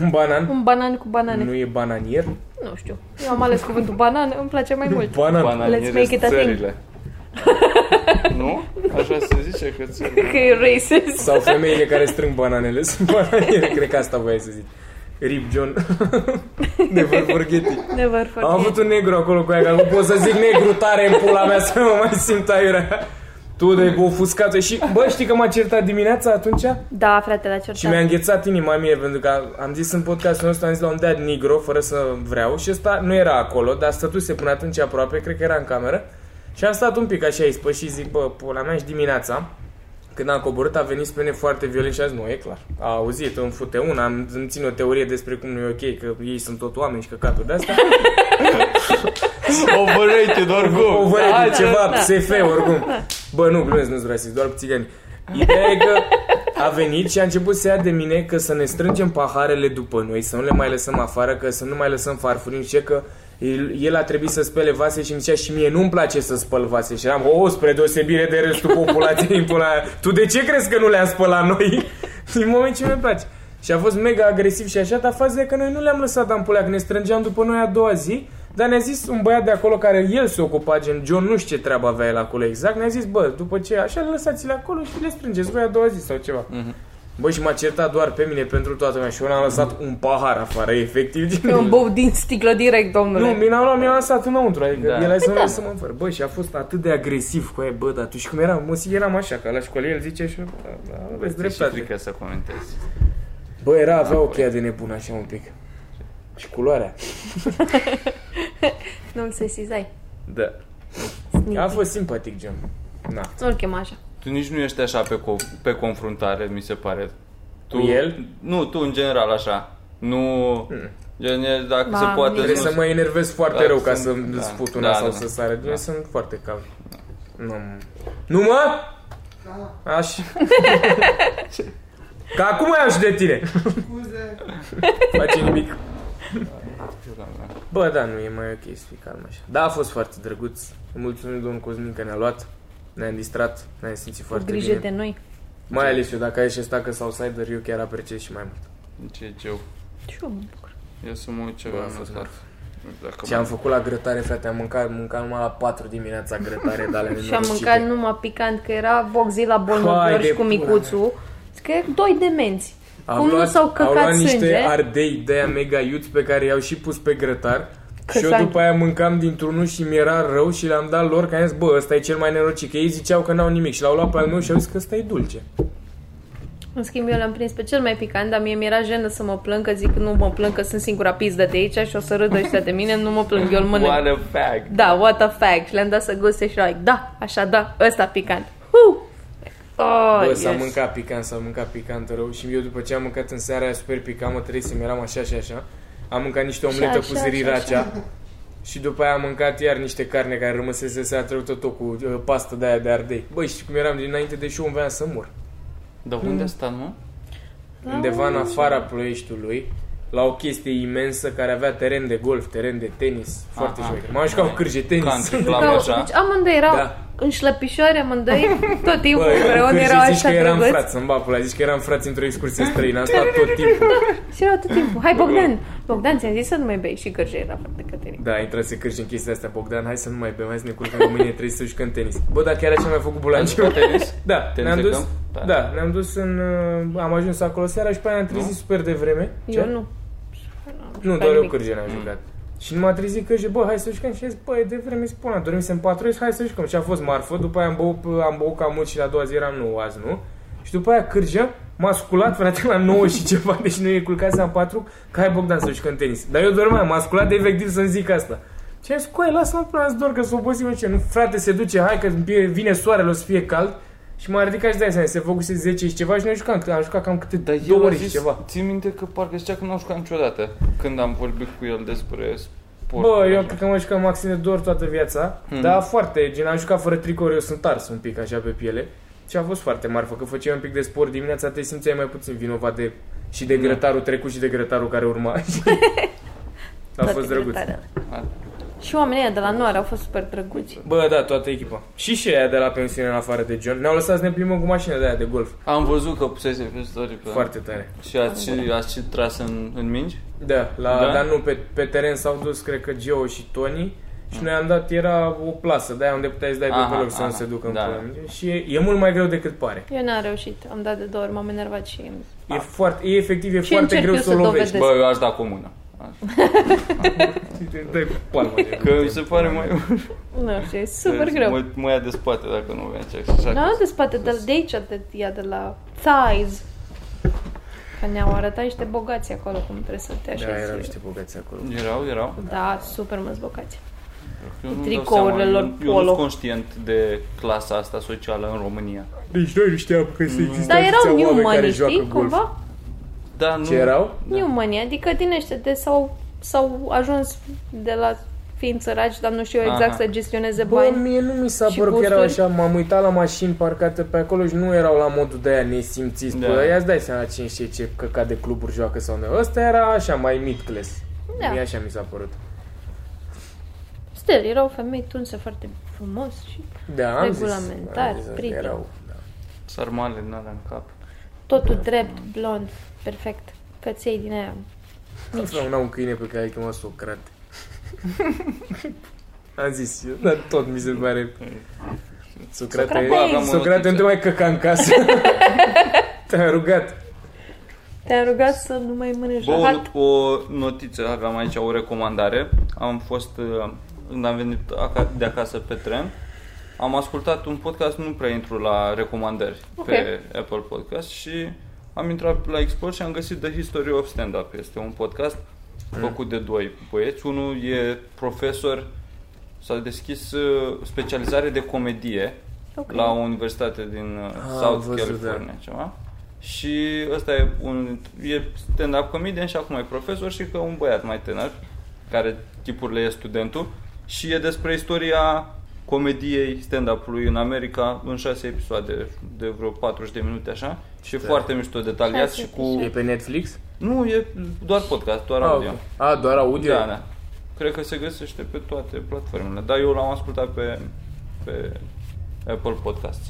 Un banan?
un banan cu banane.
Nu e bananier?
Nu știu. Eu am ales cuvântul banan, îmi place mai mult.
Banan.
Bananiere
Let's make it a thing.
țările. nu? Așa se zice că țările.
Că e racist.
Sau femeile care strâng bananele sunt bananiere, cred că asta voiai să zic. Rip John Never forget it.
Never
Am avut
forget.
un negru acolo cu aia, că nu pot să zic negru tare în pula mea să mă mai simt aiurea. Tu de ofuscată și bă, știi că m-a certat dimineața atunci?
Da, frate, la certat.
Și mi-a înghețat inima mie pentru că am zis în podcastul nostru, am zis la un dad negro fără să vreau și ăsta nu era acolo, dar stătuse până atunci aproape, cred că era în cameră. Și am stat un pic așa ispășit și zic, bă, pula mea și dimineața, când am coborât, a venit spre mine foarte violent și a zis, nu, e clar. A auzit, îmi fute una, îmi, îmi țin o teorie despre cum nu e ok, că ei sunt tot oameni și căcaturi de-astea.
Overrated oricum.
O văd da, ceva,
da.
da, SF, oricum. Bă, nu, glumesc, nu-s rasist, doar cu țigani. Ideea e că a venit și a început să ia de mine că să ne strângem paharele după noi, să nu le mai lăsăm afară, că să nu mai lăsăm farfurii, și că el, el a trebuit să spele vase și îmi zicea și mie nu-mi place să spăl vase și eram, o, spre deosebire de restul populației în pula aia. tu de ce crezi că nu le-am spălat noi? Din moment ce mi place. Și a fost mega agresiv și așa, dar faza e că noi nu le-am lăsat în pulea, că ne strângeam după noi a doua zi, dar ne-a zis un băiat de acolo care el se ocupa, gen John, nu știu ce treabă
Mhm.
avea el acolo exact, ne-a zis, bă, după ce așa, lăsați-le acolo și le strângeți voi a doua zi sau ceva. Mm-hmm. Bă, și m-a certat doar pe mine pentru toată lumea și eu am lăsat un pahar afară, efectiv.
Pe un bou din sticlă direct, domnule.
Nu, mi-a luat, mi-a lăsat înăuntru, adică
Da.
da. el a zis să să mă înfăr. Bă, și a fost atât de agresiv cu aia, bă, dar tu și cum eram, mă, eram așa, ca la școală el zice și eu, da, da, aveți
Ți-e și
dreptate.
frică Deci, să comentezi.
Bă, era, avea o cheia de nebun așa un pic. Și culoarea.
Nu-l sesizai.
Da.
Mm.
A fost simpatic, gen. Na.
Nu-l chem așa.
Tu nici nu ești așa pe, co- pe confruntare, mi se pare. Tu,
Cu el?
Nu, tu în general așa. Nu... Gen, e- dacă
Ba,
se poate...
nici-
nu-
Trebuie să mă enervez foarte
Da,
rău ca
sunt-
să-mi
da.
sput una
Da,
sau
da,
să
da.
sară. Da. Sunt foarte cav. Nu, nu mă? Aș. Ca acum iau și de tine. Face nimic. Bă, da, nu e mai ok să fii calm așa. Da, a fost foarte drăguț. Mulțumim domnul Cosmin că ne-a luat. Ne-am distrat, ne-am simțit
Cu
foarte
grijă
bine.
de noi.
Mai ales eu, dacă ai și stacă sau cider, eu chiar apreciez și mai mult.
Ce eu?
Și eu mă bucur.
Deci Eu să mă uit ce
Bă, a
am
fost
notat. Dacă
Ce am făcut la grătare, frate, am mâncat, mâncat numai la 4 dimineața grătare de alea
Și am
nenorocite.
mâncat numai picant, că era boxila
Hai
bolnavilor
de
și cu
pula
micuțul. Că doi demenți. Cum nu s-au
au
căcat
luat niște
sânge.
ardei de aia mega iuți pe care i-au și pus pe grătar.
Că
și eu
s-a-
după aia mâncam dintr-unul și mi-era rău și le-am dat lor că am zis, bă, ăsta e cel mai nerocit, că ei ziceau că n-au nimic și l-au luat pe al meu și au zis că ăsta e dulce.
În schimb, eu l-am prins pe cel mai picant, dar mie mi-era jenă să mă plâng, că zic nu mă plâng, că sunt singura pizdă de aici și o să râdă ăștia de mine, nu mă plâng, eu îl mănânc.
What a fact.
Da, what a fact. Și le-am dat să guste și like, da, așa, da, ăsta picant. Huh! Oh,
Bă,
yes.
s-a mâncat picant, s-a mâncat picant rău și eu după ce am mâncat în seara aia super picant, mă trezisem, eram așa și așa. Am mâncat niște omletă
așa,
cu
așa,
ziriracea și după aia am mâncat iar niște carne care rămăsese seara trecută tot cu uh, pastă de aia de ardei. Băi, și cum eram dinainte de show, îmi voiam să mor.
Dar
Hmm.
unde asta, nu?
Da,
undeva în afara ploieștiului, la o chestie imensă care avea teren de golf, teren de tenis, foarte
Aha.
șmecher. M-am jucat cu cârje tenis.
Country club
Ca-
așa.
Deci amândoi erau
Da.
da. în șlăpișoare, amândoi, tot timpul împreună
când
erau
zici
așa
că eram
drăguți.
frați, în bapul ăla, zici că eram frați într-o excursie străină, am stat tot timpul.
Și erau tot timpul. Hai, Bogdan! Bogdan, ți-am zis să nu mai bei. Și gârje era foarte Cătălin.
Da, intrase cârje în chestia asta, Bogdan, hai să nu mai bem, hai să ne culcăm, că mâine trebuie să jucăm tenis. Bă, dar chiar așa mi-a făcut bulanciu.
Tenis?
Da,
Tenis
ne-am
de
dus,
câmp? Da.
da, ne-am dus în, uh, am ajuns acolo seara și pe aia ne-am trezit super devreme.
Eu nu.
Nu,
Pe
doar eu
nimic.
cârje
Mm.
n-am jucat. Și nu m-a trezit că zice, bă, hai să jucăm. Și a zis, bă, e de vreme spune, dormisem patru ori, hai să jucăm. Și a fost marfă, după aia am băut, am băut cam mult și la a doua zi eram nu, azi nu. Și după aia cârja m-a sculat, frate, la 9 și ceva, deci nu e culcat, am patru, că hai Bogdan să jucăm tenis. Dar eu dormeam, m-a sculat de efectiv să-mi zic asta. Și am zis, coai, lasă-mă până azi doar că s-o obosim ce. Nu, frate, se duce, hai că vine soarele, o să fie cald. Și m-a ridicat și de aia, se făcuse 10 și ceva și noi jucam, că am jucat cam câte
Dar
două
eu
ori
zis,
și ceva.
țin minte că parcă zicea că n-am jucat niciodată când am vorbit cu el despre sport.
Bă, eu cred că mă jucam maxim de două ori toată viața,
Hmm.
hmm. dar foarte, gen, am jucat fără tricouri, eu sunt ars un pic așa pe piele și a fost foarte marfă, că făceai un pic de sport dimineața, te simțeai mai puțin vinovat de, și de
Da.
grătarul trecut și de grătarul care urma. a
Toate
fost drăguț.
grătarele.
A-
Și oamenii ăia de la Noar au fost super drăguți.
Bă, da, toată echipa. Și și aia de la pensiune în afară de John. Ne-au lăsat să ne plimbăm cu mașina de aia de golf.
Am văzut că pusese pe story pe
Foarte tare.
Și ați, și- ați și tras în, în mingi?
Da, la,
Da?
da? dar nu, pe, pe teren s-au dus, cred că Geo și Tony și noi am dat, era o plasă de aia unde puteai să dai
Aha,
pe pe loc să
aha,
nu se ducă în
da.
pula mea. Și e, e mult mai greu decât pare.
Eu n-am reușit. Am dat de două ori, m-am enervat și...
Ah.
E foarte, e efectiv, e
Și
foarte
încerc
greu
eu
să o
să
lovești.
Bă, eu aș da cu mână. Aș-
Te dai cu palma de
Că mi se pare mai Deci,
Nu știu, e super greu. Da,
Mă, mă ia de spate dacă nu vei ce așa.
Nu,
că-
de spate, de, de aici de, ea de la thighs. Că ne-au arătat niște bogați acolo cum trebuie să te
Da, erau
așezi.
niște bogăți acolo.
Erau, erau.
Da, super mulți bogați.
Eu nu-mi dau
tricourile
seama, eu-
lor
Eu nu
polo.
sunt conștient de clasa asta socială în România.
Deci noi nu știam că se există
Mm. Dar erau new money, știi, cumva?
Da, nu.
Ce erau?
Da.
New money, adică din ăștia de s-au, s-au ajuns de la fiind săraci, dar nu știu eu exact
Aha.
să gestioneze
Bă,
bani.
mie nu mi s-a
și
părut că erau
gusturi.
așa, m-am uitat la mașini parcate pe acolo și nu erau la modul de aia nesimțiți.
Da.
Bă, ia îți dai seama cine știe ce căcat de cluburi joacă sau nu. Ăsta era așa, mai mid class.
Da.
Mie așa mi s-a părut.
Stel, erau femei tunse foarte frumos și
Da, am zis.
Regulamentar,
Am zis că
prieten.
Erau, da.
Sarmale din alea în cap.
totul drept, blond, perfect. Căței din aia.
Frate, un câine pe care adică, îl chema Socrate. Am zis, eu, dar tot mi se pare... Socrate,
Socrate,
Socrate, nu te mai căca în casă. Te-am rugat.
Te-am rugat să nu mai mănânci
Bă,
rahat.
o, o notiță, aveam aici o recomandare. Am fost, uh, când am venit aca- de acasă pe tren, am ascultat un podcast, nu prea intru la recomandări
Ok.
pe Apple Podcast și am intrat la Explore și am găsit The History of Stand-Up. Este un podcast
Mm.
făcut de doi băieți. Unul e profesor, s-a deschis uh, specializare de comedie
Ok.
la o universitate din uh,
Ah, am
South
văzut, da.
California, ceva. Și ăsta e un e stand-up comedian și acum e profesor și că un băiat mai tânăr, care tipurile e studentul, și e despre istoria comediei stand-up-ului în America în șase episoade de vreo 40 de minute așa și e foarte mișto detaliat
Șase
și cu...
E pe Netflix?
Nu, e doar podcast, doar audio.
Ah, ok. A, doar audio?
Da, da. Cred că se găsește pe toate platformele, dar eu l-am ascultat pe, pe Apple Podcasts.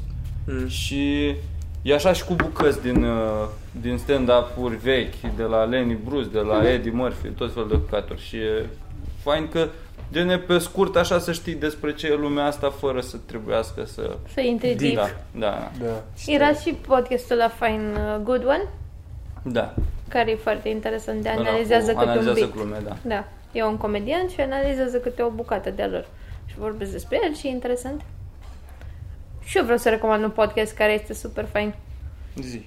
Mm.
Și e așa și cu bucăți din, uh, din stand-up-uri vechi, de la Lenny Bruce, de
Mhm.
la Eddie Murphy, tot felul de căcaturi. Și e fain că gen e pe scurt așa să știi despre ce e lumea asta fără să trebuiască să...
Să intri deep.
Da, da,
da.
Era și podcastul la Fine uh, Good One,
da.
care e foarte interesant de
Ăla Da, cu-
analizează câte
analizează
un bit.
glume, da.
Da, e un comedian și analizează câte o bucată de-a lor. Și vorbesc despre el și e interesant. Și eu vreau să recomand un podcast care este super fain.
Zi.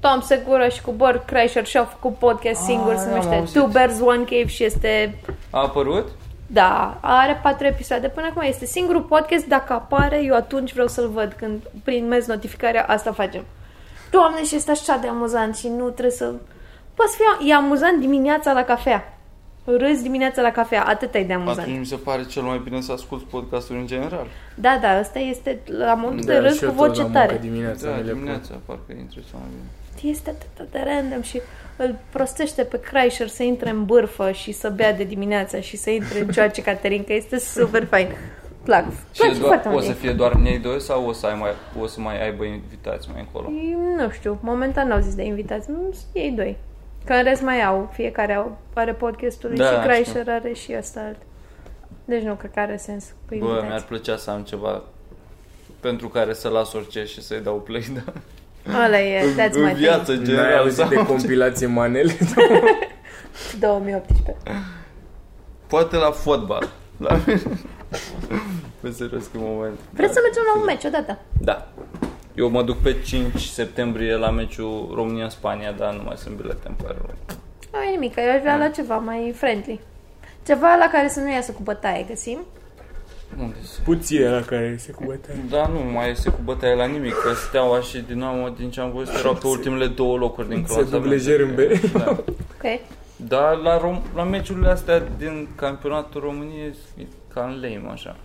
Tom Segura și cu Burt Kreischer și-au făcut podcast singur, se
eu Ah, da, am
numește
auzit.
Two Bears, One Cave și este...
A apărut?
Da, are patru episoade până acum. Este singurul podcast, dacă apare, eu atunci vreau să-l văd când primez notificarea, asta facem. Doamne, și este așa de amuzant și nu trebuie să... Poți fi... E amuzant dimineața la cafea. Râzi dimineața la cafea, atât e de amuzant.
Exact. Atunci mi se pare cel mai bine să ascult podcasturi în general.
Da, da, ăsta este la modul de
Da,
râs cu
și eu tot la
voce
muncă
tare.
Dimineața,
Da,
mi le pun.
dimineața, parcă intră cel mai bine.
Este atât de random și îl prostește pe Kreischer să intre în bârfă și să bea de dimineața și să intre în cioace Caterinca. Este super fain. Plac. Place
Și doar,
foarte
o
mult.
să fie doar ei doi sau o să, ai mai, o să mai aibă invitați mai încolo?
Ei, Nu știu, momentan n-au zis de invitați. Nu, sunt Ei doi. Că în rest mai au. Fiecare au, are podcastul lui
Da,
și
știu.
Kreischer are și ăsta alt. Deci nu cred că are sens cu
Bă, mi-ar
invitați.
plăcea să am ceva pentru care să las orice și să-i dau play, da?
Ăla e, that's
în
my thing.
viață,
N-ai
general.
auzit
Sau...
de compilație manele? Da,
2018.
Poate la fotbal. La... Pe serios, că moment.
Vreți să mergem la un meci odată?
Da. Eu mă duc pe 5 septembrie la meciul România-Spania, dar nu mai sunt bilete, îmi pare rău.
Nu e nimic, eu aș vrea
Da.
la ceva mai friendly. Ceva la care să nu iasă cu bătaie, găsim?
Unde se...
Puțin la care se cubătea.
Da, nu mai este cu bătaie la nimic, că Steaua și Dinamo, din ce am văzut, erau pe ultimele două locuri din
Se
clasament.
dublejer în B.
Da.
Ok.
Dar la, rom- la meciurile astea din campionatul României e ca în lame, așa.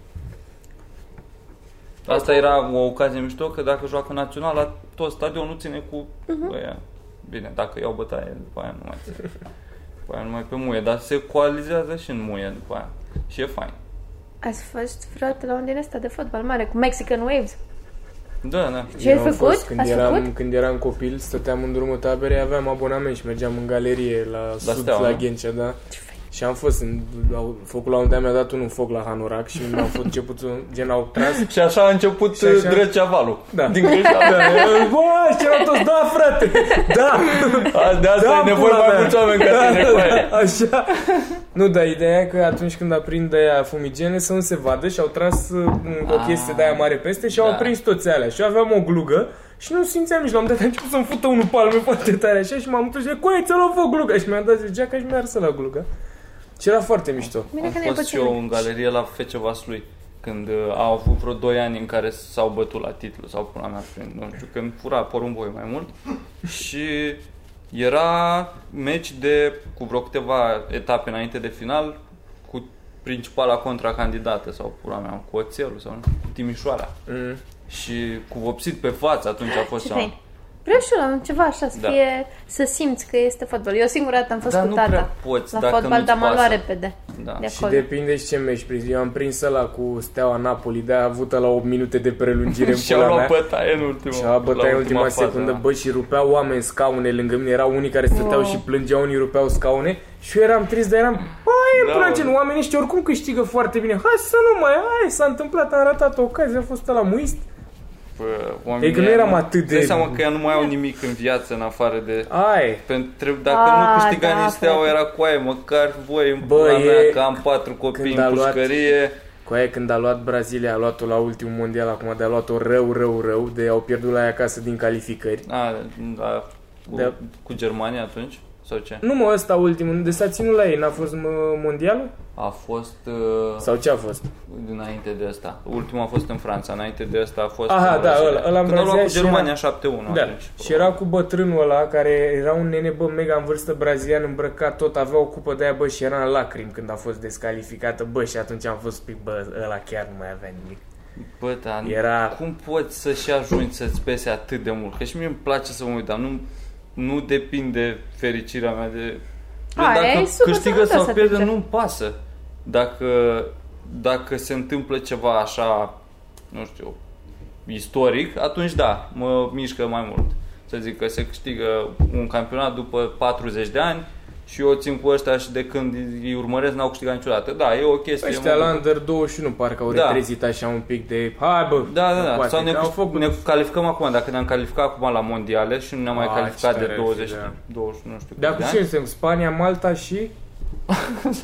Asta era o ocazie mișto, că dacă joacă naționala, tot stadionul ține cu
Mhm.
uh-huh. aia. Bine, dacă iau bătaie, după aia nu mai ține. După aia nu mai pe muie, dar se coalizează și în muie după aia. Și e fain.
Ați fost vreodată la un din ăsta de fotbal mare cu Mexican Waves?
Da, da.
Ce ai
Eu am
făcut?
Fost, când,
Ați
eram,
făcut?
când eram copil, stăteam în drumul taberei, aveam abonament și mergeam în galerie la, la sud,
Steaua,
la
nu?
Ghencea, da? Și am fost, în, au, focul la unde mi-a dat unul foc la Hanorac și mi-au fost început, un- gen au tras.
Și așa a început
Și așa-
așa... Drăcea Valul.
Da.
Din Greșeală.
Da, eu, bă, ce erau toți, da, frate, da,
A, De asta
da,
e nevoie
pula
mai
mea.
mulți oameni ca
Da,
tine
da,
cu
da,
aia.
Așa. Nu, dar ideea e că atunci când aprind de aia fumigene să nu se vadă și au tras uh, o chestie de aia mare peste și au
Ah. Da.
aprins toți alea. Și eu aveam o glugă și nu simțeam nici. La un moment dat a început să-mi fută unul palme foarte tare așa și m-am întors și zic, "Coaie, ți-a luat foc gluga. Și mi-a dat zis geaca și mi-a ars la gluga. Și era foarte mișto.
Bine
Am
că ne-ai
fost și eu
puțin.
în galerie la Fece Vaslui când uh, au avut vreo 2 ani în care s-au bătut la titlu sau pula mea prin, nu știu, când fura porumboi mai mult și era meci de cu vreo câteva etape înainte de final cu principala contracandidată sau pula mea cu oțelul sau nu, știu, cu Timișoara
Mm.
și cu vopsit pe față atunci a fost
Ce
cea-
fain. Vreau și eu la un Păi, ceva așa, să,
Da.
fie, să simți că este fotbal. Eu singura dată am fost
Dar
cu
nu
tata
prea poți
da? la
dacă
fotbal,
nu-ți
dar m-am luat
pasă.
repede
Da.
de
Și
acolo.
depinde și ce meci prins. Eu am prins ăla cu Steaua Napoli, de-aia a avut la 8 minute de prelungire în
Și au
pula mea.
luat bătaie în ultima
Și a bătaia
la
în ultima
fază,
secundă,
da.
bă, și rupeau oameni scaune lângă mine. Erau unii care stăteau și plângeau, unii rupeau scaune. Și eu eram trist, dar eram, bă, e
Da,
până
bă.
gen, oamenii ăștia oricum câștigă foarte bine. Hai să nu mai, hai, s-a întâmplat, am ratat o ocazie, a fost la muist.
bă,
E
oamenii
că nu
ăia
eram
nu-
atât de-
Dai seama că ea nu mai au nimic în viață în afară de...
Ai,
Pentru, dacă
A,
nu câștiga
da,
da, steaua
frate.
era cu aia, măcar voi în
Bă,
pula
e-
mea că am patru copii
când
în
a luat-
pușcărie.
cu aia când a luat Brazilia, a luat-o la ultimul mondial, acum de a luat-o rău, rău, rău, de au pierdut la ea acasă din calificări.
A, da, cu,
Da.
cu Germania atunci? Sau ce?
Nu mă, ăsta ultimul, de s-a ținut la ei, n-a fost mă, mondialul?
A fost uh,
Sau ce a fost?
înainte de asta. Ultima a fost în Franța, înainte de asta a fost
Aha, da,
în Brazilia.
ăla- ăla în
Când au luat
Brazilia
cu
și
Germania
era-
7-1
Da.
atunci.
Și era cu bătrânul ăla care era un nene, bă, mega în vârstă, brazilian, îmbrăcat tot, avea o cupă de aia, bă, și era în lacrimi când a fost descalificată, bă, și atunci am fost pic, bă, ăla chiar nu mai avea nimic.
Bă, dar
Era-
cum poți să și ajungi să-ți pese atât de mult? Că și mie îmi place să mă uit, dar nu, nu depinde fericirea mea de... Eu
Aia Ah, e
dacă
super
câștigă
sănătos
sau
atunci.
pierde, nu-mi pasă. Dacă, dacă se întâmplă ceva așa, nu știu, istoric, atunci da, mă mișcă mai mult. Să zic că se câștigă un campionat după 40 de ani și eu țin cu ăștia și de când îi urmăresc n-au câștigat niciodată. Da, e o chestie.
Păi, Ăștia
mă
la
bucur.
Under 21 parcă au
Da.
retrezit așa un pic de, hai, bă,
Da, da,
nu
da.
poate,
Sau ne,
că au făcut
ne calificăm acum, dacă ne-am calificat acum la mondiale și nu ne-am mai
Ah, ce
calificat
tare
de
ar fi,
20,
da.
20, nu știu
Dar
cât
cu
de
cine
ani.
suntem? Cu Spania, Malta și...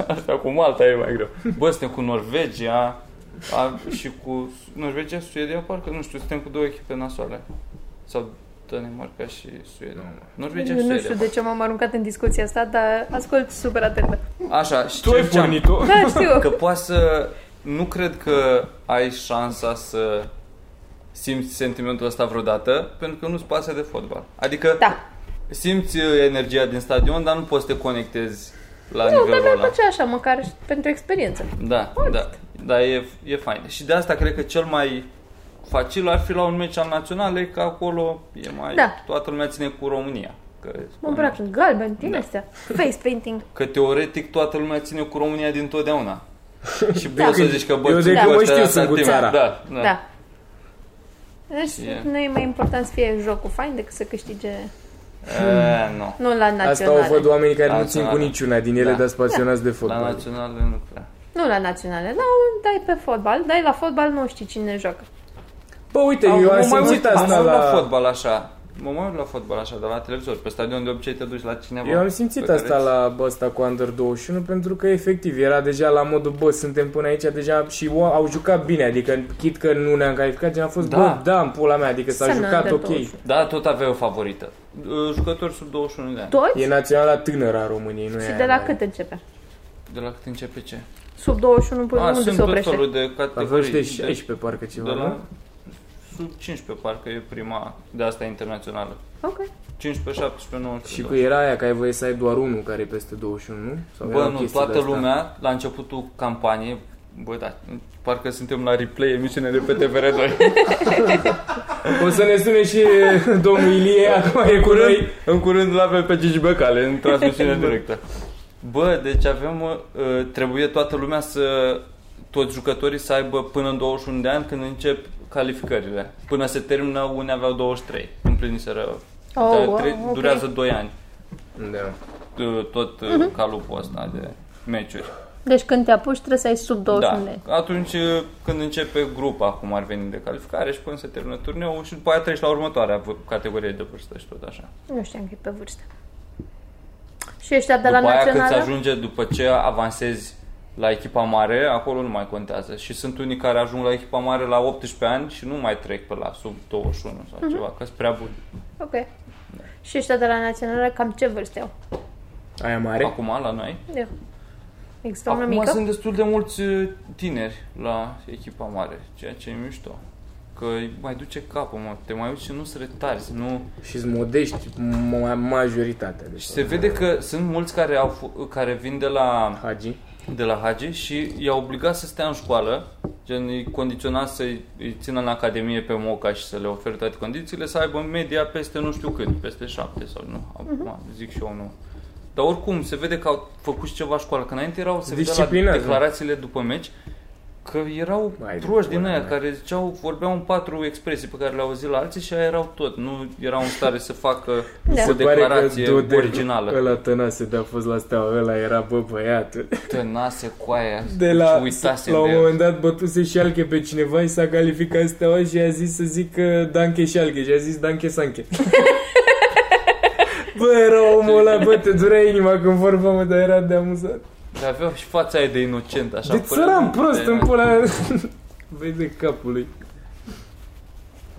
Asta cu Malta e mai greu. Bă, suntem cu Norvegia a, și cu Norvegia, Suedia, parcă, nu știu, suntem cu două echipe nasoale. Sau Danemarca și
Păi
Suedia. Norvegia și
Eu nu știu
Suedia.
de ce m-am aruncat în discuția asta, dar ascult super atentă.
Așa, și
Tu
ce
ai
ziceam?
pornit-o?
Da, știu.
Că poate să... Nu cred că ai șansa să simți sentimentul ăsta vreodată, pentru că nu-ți pasă de fotbal. Adică
Da.
simți uh, energia din stadion, dar nu poți să te conectezi la
Nu, dar
nivelul
mi-ar
ăla.
plăcea așa, măcar și pentru experiență.
Da, da, da, e, e fain. Și de asta cred că cel mai facil ar fi la un meci al naționale, că acolo e mai...
Da.
Toată lumea ține cu România. Că,
Mă îmbrac în galben, din
Mm. Da.
astea. Face painting.
că teoretic toată lumea ține cu România din totdeauna. Și
De
poți să
când-
zici că bă,
eu de
țin
când mă
ăștia
știu
la
sunt cu
timp.
țara.
Da, da.
Da. Deci
E.
nu e mai important să fie jocul fain decât să câștige... Da.
E, nu.
Nu la
Asta
naționale.
o văd oamenii care nu țin cu
Naționale.
niciuna din ele,
Da.
dar sunt pasionați de
La
fotbal.
naționale nu prea.
Nu la naționale. Da, dai pe fotbal. Dai la fotbal, nu știi cine joacă.
Bă, uite,
Am-
eu am
mă mai uit-
simțit
am
asta
uit la
la...
fotbal așa. Mă mai uit la fotbal așa, de la televizor. Pe stadion de obicei te duci la cineva.
Eu am simțit
pe care
asta la bă, ăsta cu Under 21 pentru că efectiv era deja la modul bă, suntem până aici deja și o, au jucat bine, adică chit că nu ne-am calificat, gen am fost da.
Da.
bă, da, în pula mea, adică s-a
Să nu
jucat
Under
ok.
21.
Da, tot avea o favorită. Uh, Jucători sub 21 de ani.
Toți?
E naționala tânără a României, nu
Și
e
de la
aia mea.
cât începe?
De la cât începe ce?
Sub 21 până
A,
unde
sunt
se
tot
oprește?
felul de
Avem
categorii.
și de 16 parcă
de,
ceva,
de la
nu?
sub 15 parcă e prima de asta internațională.
Ok.
15, 17, 19.
Și cu era aia că ai voie să ai doar unul care e peste 21, nu? Sau era
Bă,
o
nu,
chestie de
toată
asta?
lumea, la începutul campaniei, bă, da, parcă suntem la replay emisiune de pe TVR2.
O să ne sune și domnul Ilie, acum e cu noi.
în curând la avem pe Gigi Becale, în transmisiune directă. Bă, deci avem, uh, trebuie toată lumea să, toți jucătorii să aibă până în 21 de ani când încep calificările. Până se termină, unii aveau 23, împliniseră.
Oh,
Dar
wow,
tre-
ok.
Durează 2 ani,
Da.
uh, tot uh,
Mhm.
calupul ăsta de meciuri.
Deci când te apuci trebuie să ai sub 21
Da.
de ani.
Atunci uh, când începe grupa, cum ar veni de calificare și până se termină turneul și după aia treci la următoarea v- categorie de vârstă și tot așa.
Nu știam că e pe vârstă. Și ăștia de la
după aia când se
națională?
ajunge, după ce avansezi la echipa mare, acolo nu mai contează. Și sunt unii care ajung la echipa mare la 18 ani și nu mai trec pe la sub 21 sau
Mhm.
mm-hmm. ceva, că sunt prea buni.
Ok. Și ăștia de la națională cam ce vârstă au?
Aia mare?
Acum la noi,
Eu. Există una
acum
mică?
sunt destul de mulți uh, tineri la echipa mare, ceea ce e mișto. Că îi mai duce capul, mă. te mai uiți și nu se retarzi, nu...
Și îți modești ma- majoritatea. Deci
Și se vede că sunt mulți care, au, f- care vin de la
Hagi.
de la Hagi și i-a obligat să stea în școală, gen îi condiționa să îi țină în academie pe moca și să le ofere toate condițiile, să aibă media peste nu știu cât, peste șapte sau nu,
Mhm.
acum zic și eu nu. Dar oricum, se vede că au făcut și ceva școală, că înainte erau, se vedea la
Disciplinează.
declarațiile după meci, Că erau
da. Mai de
proști din
pula
aia
mea.
care ziceau, vorbeau în patru expresii pe care le-au auzit la alții și aia erau tot. Nu erau în stare să facă
Da.
o declarație
Dodel
originală.
Ăla tănase de a fost la steaua, ăla era bă băiatul.
Tănase cu aia
De la,
și uitase
la
de
un
el.
moment dat bătuse Șalche pe cineva și s-a calificat steaua și a zis să zic uh, Danke Șalche și a zis Danke Sanche. bă, era omul ăla, bă, te durea inima când vorba, mă, dar era de amuzat.
Dar aveau și fața aia de inocent, așa. Da.
De
până-
țăran Deci prost
de-
în pula mea. Băi de capul lui.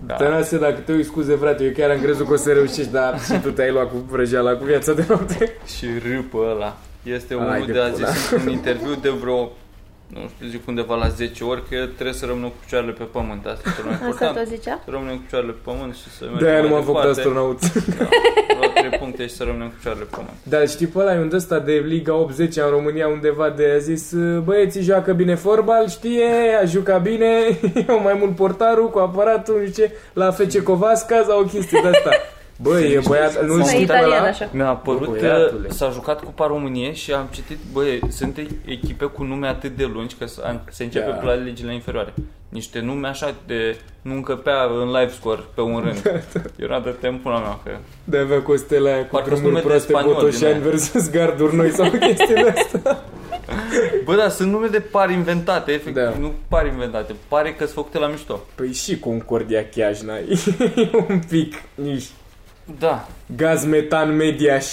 Da.
Tănase, dacă te uiți, scuze frate, eu chiar am crezut că o să reușești, dar și tu te-ai luat cu vrăjeala cu viața de noapte.
Și râpă ăla. Este
Hai
unul
de
de a
pula.
zis în interviu de vreo nu știu, zic undeva la 10 ori că trebuie să rămână cu picioarele pe pământ. Asta e cel mai
Asta
important.
tot zicea?
Să rămânem cu picioarele pe pământ și să mergem
De-aia
mai
nu m-am făcut
departe.
astronaut.
La 3 puncte și să rămânem cu picioarele pe pământ.
Dar știi pe ăla e un ăsta de Liga 80 în România undeva de a zis băieții joacă bine fotbal, știe, a jucat bine, eu mai mult portarul cu aparatul, nu știu ce, la FC Covasca sau o chestie de asta. Bă, e băiat, nu
Sunt
știi pe
italian,
ăla?
așa.
Mi-a apărut că
băiatule.
s-a jucat Cupa României și am citit, bă, sunt echipe cu nume atât de lungi că s- am- se începe
Da.
pe la legile inferioare. Niște nume așa de nu încăpea în live score pe un rând. Era de timp până mea că
De avea costele aia cu
Parcă sunt
drumuri
nume de
proaste
spaniol din
Botoșani
aia.
versus garduri noi sau chestii de asta.
Bă, dar sunt nume de par inventate, efectiv,
Da.
da. nu par inventate, pare că sunt făcute la mișto.
Păi și Concordia Chiajna e un pic nici
Da,
gaz metan mediaș,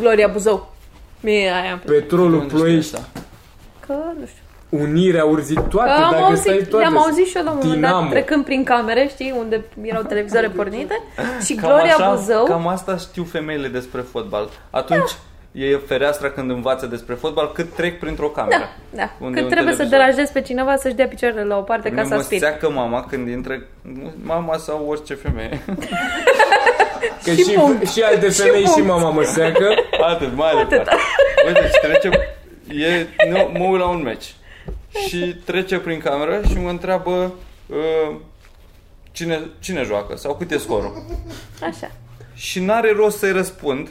Gloria Buzău. Mie aia.
de
petrolul
unde știi
ploiești,
asta?
Că, nu știu.
unirea urzitoate,
Că
toate,
am
dacă stai
auzit,
toate.
le-am auzit și eu la un moment dat,
Dinamo.
trecând prin camere, știi, unde erau televizoare pornite și
Cam,
Gloria
așa,
Buzău,
cam asta știu femeile despre fotbal. Atunci da. e fereastra când învață despre fotbal cât trec printr-o cameră.
da,
Unde
când
un
trebuie să
televizor.
deranjezi pe cineva să-și dea picioarele la o parte
Ne
ca să aspiri.
măseacă mama când intră mama sau orice femeie.
Că și, și, alte femei și mama mă seacă.
Atât, mai departe. Uite, deci trece... E, nu, mă uit la un meci. Și trece prin cameră și mă întreabă uh, cine, cine joacă sau cât e scorul.
Așa.
Și n-are rost să-i răspund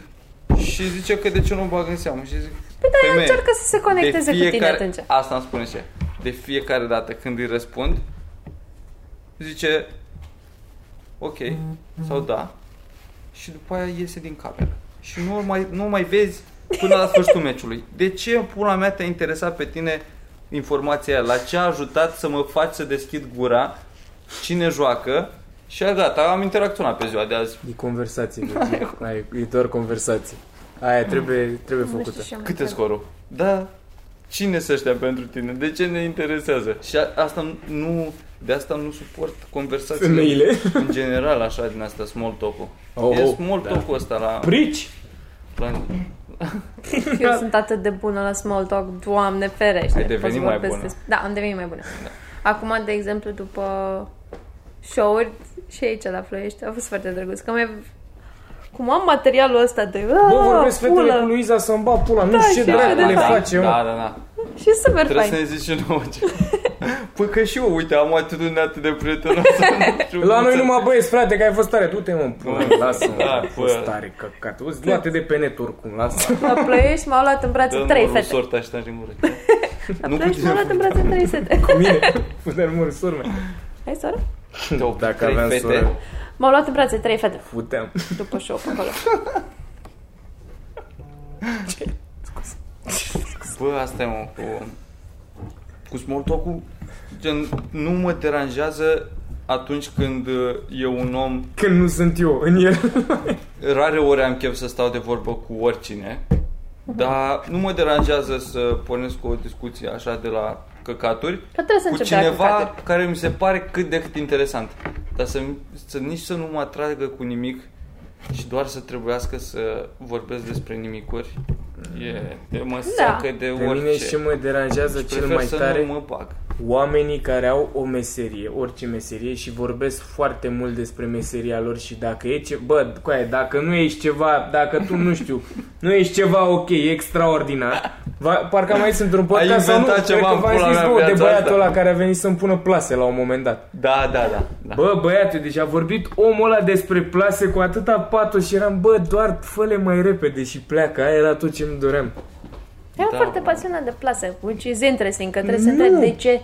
și zice că de ce nu bag în seamă. Și zic, femeie,
Păi da, Încearcă să se conecteze cu tine atunci.
Asta îmi spune și ea. De fiecare dată când îi răspund, zice ok sau da și după aia iese din cameră. Și nu o mai, nu o mai vezi până la sfârșitul meciului. De ce în pula mea te-a interesat pe tine informația aia? La ce a ajutat să mă faci să deschid gura? Cine joacă? Și aia gata, am interacționat pe ziua de azi.
E conversație, Virgil. Ai, e doar conversație. Aia trebuie, trebuie făcută.
Cât e scorul? Da. Cine să ăștia pentru tine? De ce ne interesează? Și a, asta nu... De asta nu suport conversațiile
Femeile.
în general, așa, din asta, small talk-ul.
Oh,
Oh, e
oh,
small
da.
talk-ul ăsta la...
Prici!
la
Eu sunt atât de bună la small talk, doamne ferește.
Ai devenit
Pot să
mai
vorbesc
bună.
despre- Da, am devenit mai bună. Acum, de exemplu, după show-uri și aici la Ploiești, a fost foarte drăguț. Că mai... Cum am materialul ăsta de...
Bă,
"Ah,
vorbesc fetele
pulă!"
cu Luiza să-mi bag pula. Nu
Da,
știu ce
și
dracu
de
le
da,
face, mă.
da, da, da.
Și e super
Trebuie să
fain.
ne zici și nouă ce... Păi că și eu, uite, am o atitudine atât de prietenoasă. nu știu,
La noi
nu da, înțeleg.
numai băieți, frate, că ai fost tare. Du-te, mă, pula,
Bă,
lasă-mă.
da,
ai fost
bă.
tare, căcat. O luate de pe net oricum, lasă.
La Ploiești m-au luat în brațe
Dă-mi
trei
o
fete.
sortă așa din gură.
La
Nu
Ploiești m-au
putem.
luat în brațe trei fete.
Cu mine. Putem mă surme.
Hai, soră?
Te-au
Dacă
trei
aveam
fete.
soră,
M-au luat în brațe trei fete
puteam.
după show pe acolo.
Bă, asta e mă, cu, cu small talk-ul, gen, nu mă deranjează atunci când uh, e un om,
Când nu sunt eu în el.
rare ori am chef să stau de vorbă cu oricine,
Mhm.
dar nu mă deranjează să pornesc o discuție așa de la căcaturi
Că trebuie să
cu
încep de la căcaturi.
cineva care mi se pare cât de cât interesant, dar să, să nici să nu mă atragă cu nimic și doar să trebuiască să vorbesc despre nimicuri. E, de
Da.
mă seacă de
Pe
orice. Deci
mine și mă deranjează cel
Prefer
mai
să
tare.
nu mă bag.
oamenii care au o meserie, orice meserie și vorbesc foarte mult despre meseria lor și dacă e ce, bă, coaie, dacă nu ești ceva, dacă tu nu știu, nu ești ceva ok, extraordinar, va, parcă am mai sunt într-un
Ai
podcast sau nu,
inventat
cred
ceva
că
în
v-am
pula
zis
mea
bă, de
viața
băiatul
asta.
ăla care a venit să-mi pună plase la un moment dat.
Da, da, da. da.
Bă, băiate, deci a vorbit omul ăla despre plase cu atâta patos și eram, bă, doar fă mai repede și pleacă, aia era tot ce îmi doream.
Eram
Da,
foarte
bă.
pasionat de plasă, which is interesting, că trebuie să te întrebi
Nu.
de ce.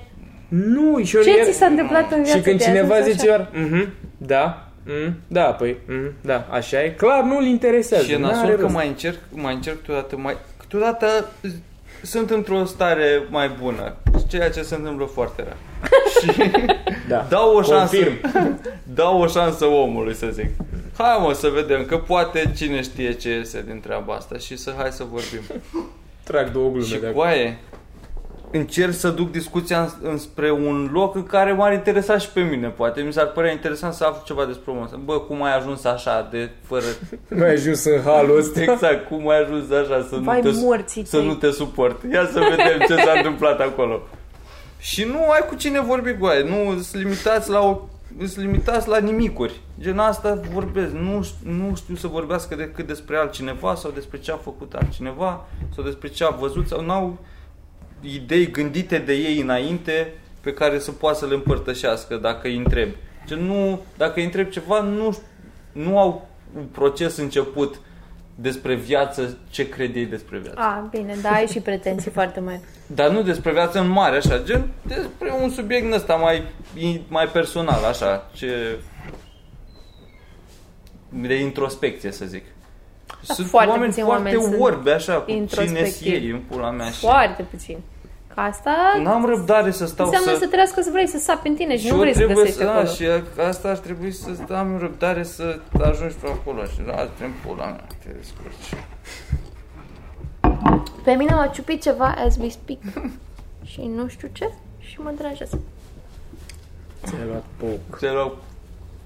Nu, și eu
Ce
ier-
ți s-a întâmplat în viața
Și când
de
cineva
ajuns
zice
așa?
doar, mhm, da, mhm, da, păi, mhm, da, așa e, clar, nu-l interesează.
Și e
n-are
nasol că
rost.
mai încerc, mai încerc câteodată, mai, câteodată sunt într-o stare mai bună, ceea ce se întâmplă foarte rar.
da.
Dau o șansă.
Confirm.
Dau o șansă omului, să zic. Hai mă, să vedem, că poate cine știe ce este din treaba asta și să hai să vorbim.
Trag două glume
Și
de acolo.
coaie, încerc să duc discuția în- înspre un loc în care m-ar interesa și pe mine, poate. Mi s-ar părea interesant să aflu ceva despre omul ăsta. Bă, cum ai ajuns așa de fără...
Nu ai ajuns în halul ăsta.
Exact, cum ai ajuns așa să
Vai,
nu te,
morții
să
tăi.
nu te suport. Ia să vedem ce s-a întâmplat acolo. Și nu ai cu cine vorbi, goaie. Nu, sunt limitați la o sunt limitați la nimicuri. Gen asta vorbesc. Nu, ș- nu știu să vorbească decât despre altcineva sau despre ce a făcut altcineva sau despre ce a văzut sau n-au idei gândite de ei înainte pe care să poată să le împărtășească dacă îi întreb. Gen, nu, dacă îi întreb ceva, nu, ș- nu au un proces început despre viață, ce cred ei despre viață.
A, bine, da, ai și pretenții foarte mari.
Dar nu despre viață în mare, așa, gen despre un subiect din ăsta mai, mai personal, așa, ce... de introspecție, să zic. Sunt
Da, foarte
oameni
puțini
foarte
oameni sunt
orbi, așa, cu cine
introspectivi.
sunt ei în pula mea și...
Foarte puțin. Ca asta
N-am răbdare să stau
înseamnă să...
să...
trăiască să vrei să sapi în tine și,
Și
nu
eu
vrei să
trebuie
găsești
să, da,
acolo.
și asta ar trebui să am răbdare să ajungi pe acolo și da, trebuie în pula mea, te descurci.
Pe mine m-a ciupit ceva as we speak și nu știu ce și mă deranjează.
Ți-ai luat poc.
Te rog.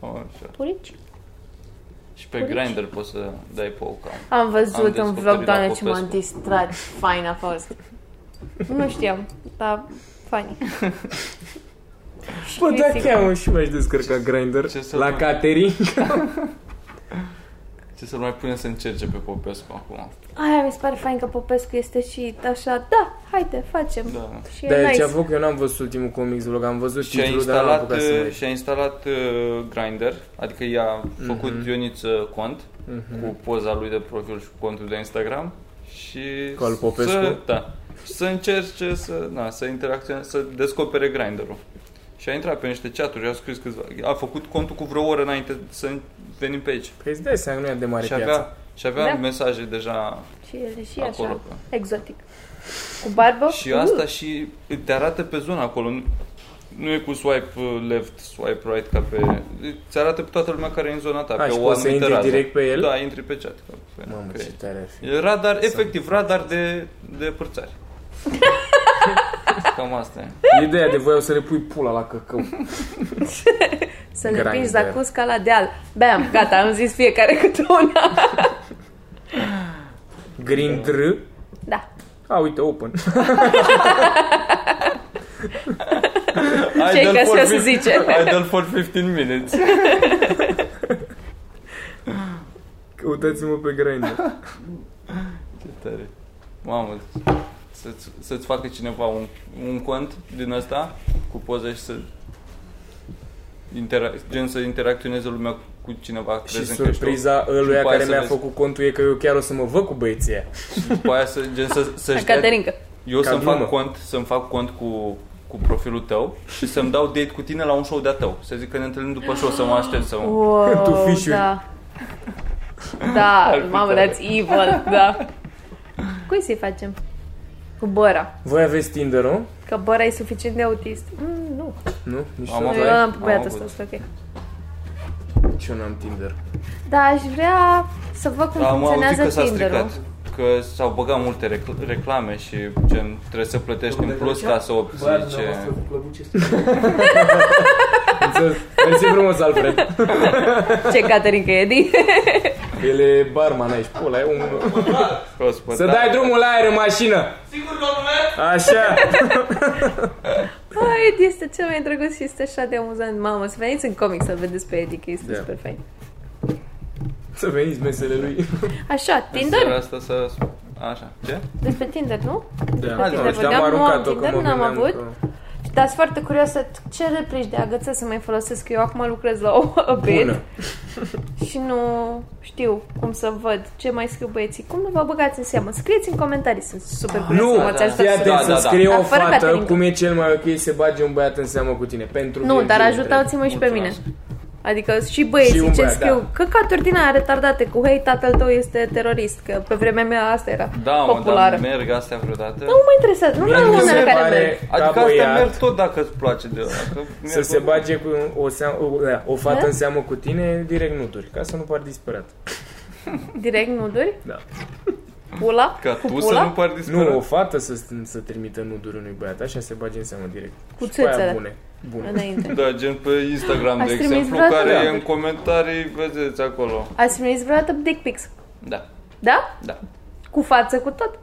Așa.
Purici?
Și pe grinder poți să dai pauca.
Am
Am
văzut un
descoperit
vlog,
la
doamne, ce
Popescu.
m-am distrat. Fain a fost.
Nu știam, dar funny.
Bă, da, chiar mă, și mi-aș descărca grinder
Ce să
la
fac?
catering.
Ce să-l mai punem să încerce pe Popescu acum?
Aia mi se pare fain că Popescu este și așa, da, haide, facem.
Da.
Și
Dar
e
ce
nice.
a făcut, că eu n-am văzut ultimul comics vlog, am văzut
Și a
titlul, dar n-am
instalat,
apucat să
uh,
mai...
și a instalat uh, Grindr, adică i-a
Mhm.
făcut mm-hmm. Ioniță cont mm-hmm. cu poza lui de profil și cu contul de Instagram și
Ca al Popescu?
să, da, să încerce să, na, să interacționeze, să descopere Grindr-ul. Și a intrat pe niște chaturi, a scris câțiva, a făcut contul cu vreo oră înainte să venim pe aici.
Păi îți dai seama, că nu e de mare
Și
piață.
avea, și avea
Da.
da. mesaje deja
Și el e și
acolo.
așa, exotic. Cu barbă? Uh,
Și asta și te arată pe zona acolo. Nu- Nu e cu swipe uh, left, swipe right ca pe... Ți arată pe toată lumea care e în zona ta,
A,
pe
și
o
poți să
anumită
intri
rază.
direct pe el?
Da, intri pe chat. Ca pe,
Mamă,
pe
ce tare ar fi.
E radar, efectiv, radar de, de părțari. Cam asta e.
Ideea de voiau să le pui pula la căcău.
Să ne
Grinder.
pingi zacusca la deal. Bam, gata, am zis fiecare câte una.
Grindr.
Da.
A, uite, open.
Hai,
Ce-i
dă-l
că
for
să se
fif-
zice?
Hai, dă-l for 15 minutes.
Căutați-mă pe Grindr.
Ce tare. Mamă, să-ți, să-ți facă cineva un, un cont din ăsta cu poze și să intera- gen să interacționeze lumea cu- cu cineva
Și
crezând că ești tu.
surpriza ăluia
după aia
care
să
mi-a
vezi.
făcut contul e că eu chiar o să mă văd cu băieții ăia.
După aia să, gen să, să-și dea-
Caterinca.
eu
Ca
să-mi
glumă.
fac cont, să-mi fac cont cu, cu profilul tău și să-mi dau date cu tine la un show de-a tău. Să zic că ne întâlnim după show, să mă aștept să mă...
Wow,
Tu fișuri.
da. Da,
fi
mamă,
tare.
that's evil, da. Cui să-i facem? Cu Bora.
Voi aveți Tinder, nu?
Că Bora e suficient de autist. Mm, nu,
Nu? Nici
Am
eu
avut.
eu
Am
am pe băiatul
avut.
ăsta, asta, ok.
nici eu n-am Tinder.
Da, aș vrea să văd
Da,
cum
Am auzit că
funcționează
s-a
Tinder-ul.
stricat. Că s-au băgat multe recl- reclame și gen, trebuie să plătești în plus ca să obții ce...
Înțeles? Mersi frumos, Alfred.
Ce Caterinca e din?
El e barman aici. Pula, e un...
Proaspăt,
Să dai drumul la aer în mașină.
Sigur că nu merg?
Așa.
Bă, Ed este cel mai drăguț și este așa de amuzant. Mamă, să veniți în comic să-l vedeți pe Eddie, că este
Da.
super fain.
Să veniți mesele lui.
Așa,
În seara
Tinder?
asta să... Așa. Ce?
Despre Tinder, nu?
Da,
Tinder
ăștia Da. am
vedeam, nu am
aruncat-o că
Tinder,
mă
n-am
gândeam
avut.
că-
Dar da, sunt foarte curioasă ce replici de agăță să mai folosesc. Eu acum lucrez la o
Bună.
și nu știu cum să văd ce mai scriu băieții. Cum nu vă băgați în seamă? Scrieți în comentarii, sunt super
Ah, Nu,
curioasă. m-ați ajutat
fii
Păi, să-
atent
Da, da,
să
da.
scrie
Dar
o
fără
fată
Caterina.
cum e cel mai ok să bage un băiat în seamă cu tine. Pentru
Nu, dar
Virgil
ajutați-mă și pe mine.
Mulțumesc.
Adică și băieții
Și un
ce
băiat,
scriu
da.
căcaturi din aia retardate cu hei, tatăl tău este terorist, că pe vremea mea asta era
Da, mă,
populară.
dar merg astea vreodată.
nu mă interesează, nu vreau
Mie mi
una
se
care
pare-
merg.
Ca
Adică asta
băiat.
merg tot dacă îți place de ăla. că
Să
merg
se
cu-
bage cu o, seamă, o, da, o fată în seamă cu tine, direct nuturi, ca să nu pari disperat.
Direct nuduri?
Da.
Pula?
Ca
cu
tu
pula?
să nu pari disperat.
Nu, o fată să, să trimită nuduri unui băiat, așa se bage în seamă direct.
Cu
Și pe aia
țâțele.
Bune. Bune.
Înainte.
Da, gen pe Instagram,
Ați
de
trimis
exemplu,
vreodată?
care
Da.
e în comentarii, vedeți acolo.
Ați trimis vreodată dick pics?
Da,
Da?
da.
Cu față, cu tot?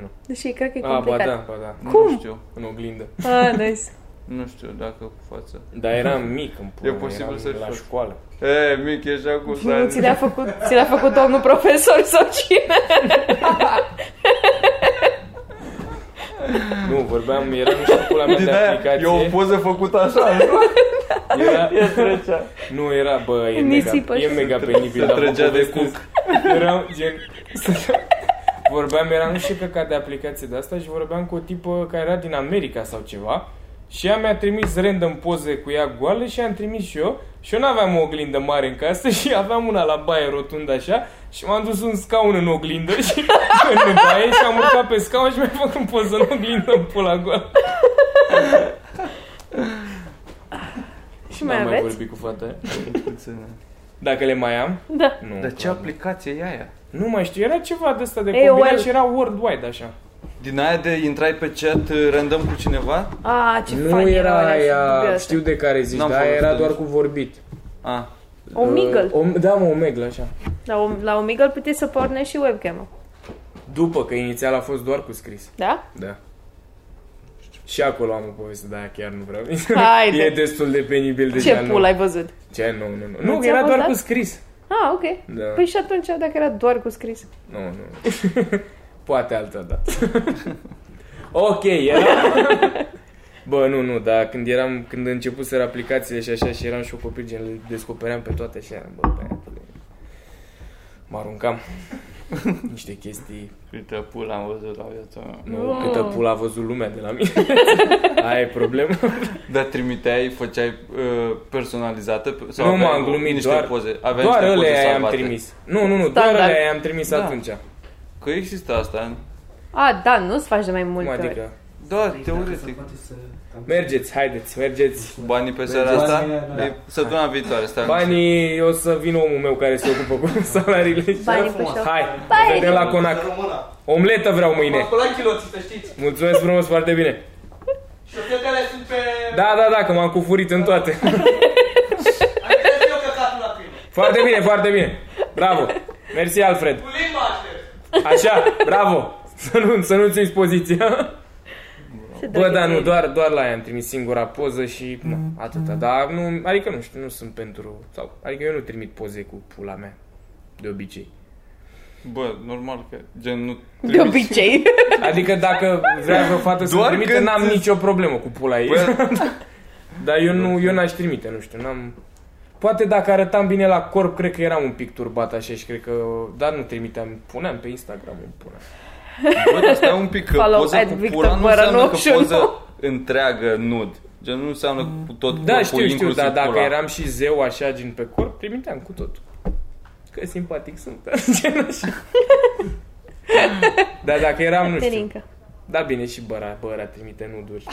Nu.
Deși cred că e
A, ba
complicat.
da, ba da,
Cum?
Nu știu,
în oglindă.
Ah, nice.
nu știu dacă cu față.
Dar eram mic în pula
E
mea,
posibil
eram
să-și
la
faci.
școală.
E, mic, ești acum să
Nu, ți
ai-
le-a făcut, ți le-a făcut domnul profesor sau cine?
Nu, vorbeam, eram și în pula mea
Din
de
aia, e o
aplicație.
poză făcută așa, nu?
Era,
E trecea.
nu era, bă, e mega,
Nisipă și-
e mega penibil.
Se
dar vă
trăgea de
povestesc. Eram, gen, vorbeam, eram nu știu că ca de aplicație de asta și vorbeam cu o tipă care era din America sau ceva și ea mi-a trimis random poze cu ea goală și am trimis și eu și eu n-aveam o oglindă mare în casă și aveam una la baie rotundă așa și m-am dus un scaun în oglindă și în baie și am urcat pe scaun și mi-a făcut poză în oglindă în pula goală.
Și mai
N-am mai
aveți?
vorbit cu fata aia. Dacă le mai am?
Da.
Nu.
Dar ce aplicație e aia?
Nu mai știu, era ceva de ăsta de
AOL.
combinat și era worldwide așa.
Din aia de intrai pe chat uh, random cu cineva?
Ah, ce fain alea și dubioase.
de care zici,
N-am dar aia folosit era de doar nici.
cu vorbit.
A,
O migal.
O, da, mă, o meglă, așa.
La, o, la o migal puteai să pornești și webcam-ul.
După că inițial a fost doar cu scris.
Da?
Da. Și acolo am o poveste, dar aia chiar nu vreau.
Haide.
e destul de penibil de
Ce pula ai văzut?
Ce? Nu, nu, nu. Nu,
ți-a
era
fost
doar
dat?
cu scris.
Ah, ok.
Da.
Păi și atunci, dacă era doar cu scris.
Nu, nu. Poate altă dată. ok, era... Bă, nu, nu, dar când eram, când începuseră aplicațiile și așa și eram și eu copil, gen, le descopeream pe toate și eram, bă, băiatule, mă aruncam niște chestii,
câte pula am văzut la viața mea.
nu, câtă pula a văzut lumea de la mine, aia e problema.
Dar Da, trimiteai, făceai uh, personalizată? pe- Sau
Nu
aveai
m-am glumit,
niște
doar-
poze, aveai
Doar
niște poze
alea i-am
salvate?
trimis. Nu, nu, nu, doar
Standard.
alea i-am trimis
Da.
atunci.
Că există asta,
Ah, da, nu-ți faci de mai
Cum
multe ori.
adică?
da, teoretic.
Mergeți, haideți, mergeți.
Banii pe seara
Banii,
asta?
da.
E Săptămâna viitoare, stai.
Banii, o să vină omul meu care se ocupă cu salariile. și-
Banii pe șoc.
Hai, ne vedem la conac. Omletă vreau mâine.
Acolo chiloții, să știți.
Mulțumesc frumos, foarte bine.
Și eu care sunt pe...
Da, da, da, că m-am cufurit în toate.
Am zis eu căcatul la pâine.
Foarte bine, foarte bine. Bravo. Mersi, Alfred.
Cu limba aștept.
Așa, bravo. Să nu, să nu ți poziția.
Ce
Bă,
da,
drăguț
dar nu,
ești.
doar, doar la ea am trimis singura poză și na, atâta. Dar nu, adică nu știu, nu sunt pentru... Sau, adică eu nu trimit poze cu pula mea, de obicei.
Bă, normal că gen nu
De obicei.
Adică dacă vrea vreo fată să
Doar
trimite,
când
n-am
ți-
nicio problemă cu pula ei. Dar eu nu, eu n-aș trimite, nu știu, n-am... Poate dacă arătam bine la corp, cred că eram un pic turbat așa și cred că... Dar nu trimiteam, puneam pe Instagram, îmi puneam.
Bă, dar stai un pic, că
Follow
poza
at
cu
Victor
pula nu
Bărănu
înseamnă că
și nu.
poză întreagă nud. Gen nu înseamnă cu tot corpul,
Da, știu, știu,
inclusiv
dar dacă
pula.
eram și zeu așa, gen pe corp, trimiteam cu totul. Că simpatic sunt, gen așa. Dar dacă eram, nu știu.
Terincă.
Da, bine, și băra, băra trimite nuduri.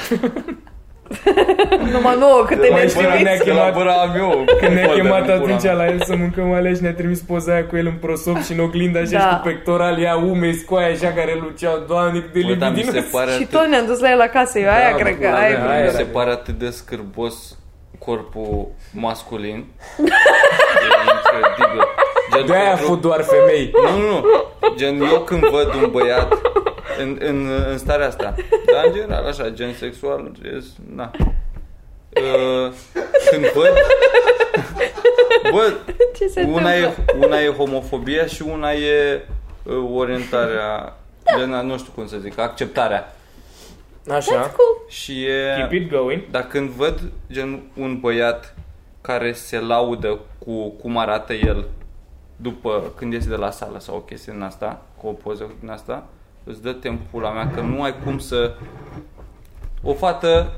Numai nouă, câte
Mai
ne
știu, ne-a
trimis.
De la
chemat-
băra am eu.
Când ne-a
Bă,
chemat
dar nu pula
atunci
mea.
la el să mâncăm alea și ne-a trimis poza aia cu el în prosop și în oglinda așa
Da.
și cu pectoral, ea umezi cu aia așa care luceau, doamne, cât de
Bă, dar mi se
libidină.
pare
Și
atât,
tot ne-am dus la el acasă, eu aia
Da,
cred că
pula
aia
mea,
e
aia
mi
era.
se pare atât de scârbos corpul masculin. e incredibil. Gen,
De aia a
pentru-
fost doar femei.
Nu, nu, nu. Gen, eu când văd un băiat în, în, în starea asta, dar în general așa, gen sexual, yes, na. Uh, când văd... Bă,
Ce se
una e,
întâmplă?
una e homofobia și una
Da.
e uh, orientarea, gen, nu știu cum să zic, acceptarea.
Așa.
Și e...
Keep it going.
Dar când văd gen un băiat care se laudă cu cum arată el după când iese de la sală sau o chestie din asta, cu o poză din asta, îți dă timp pula mea că nu ai cum să... O fată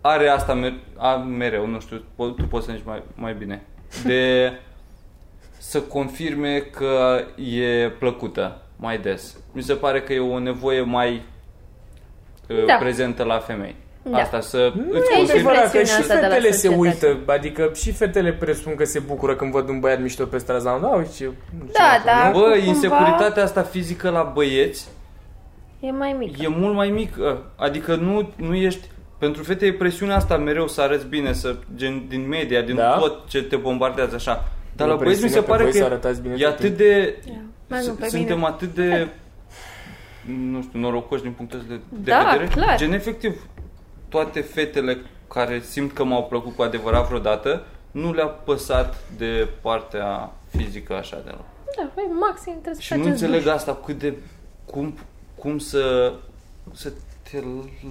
are asta mer- a, mereu, nu știu, po- tu poți să zici mai, mai bine, de să confirme că e plăcută mai des. Mi se pare că e o nevoie mai
Da.
da. prezentă la femei.
Da.
Da. Asta să
Nu
îți
e
confirme
adevărat că și
presiunea asta de la
fetele se
societate.
uită, adică și fetele presupun că se bucură când văd un băiat mișto pe stradă, da, uite ce... ce
Da,
acolo."
da.
Bă,
Acum,
insecuritatea asta fizică la băieți
E mai mic.
e mult mai mică. Adică nu, nu ești... Pentru fete e presiunea asta mereu să arăți bine, să, gen, din media, din
Da.
da? tot ce te bombardează așa. Dar
E
la
o
băieți mi
presiune
se
pe
pare
voi
că
să arătați bine
e
tot
atât de...
Mai nu, pe
s- Suntem
mine.
atât de... Nu știu, norocoși din punctul ăsta de, de
Da,
vedere.
clar.
Gen, efectiv, toate fetele care simt că m-au plăcut cu adevărat vreodată, nu le-a păsat de partea fizică așa de loc.
Da, băi, maxim trebuie să
Și nu
faceți
înțeleg asta, cât de, cum, cum să, să te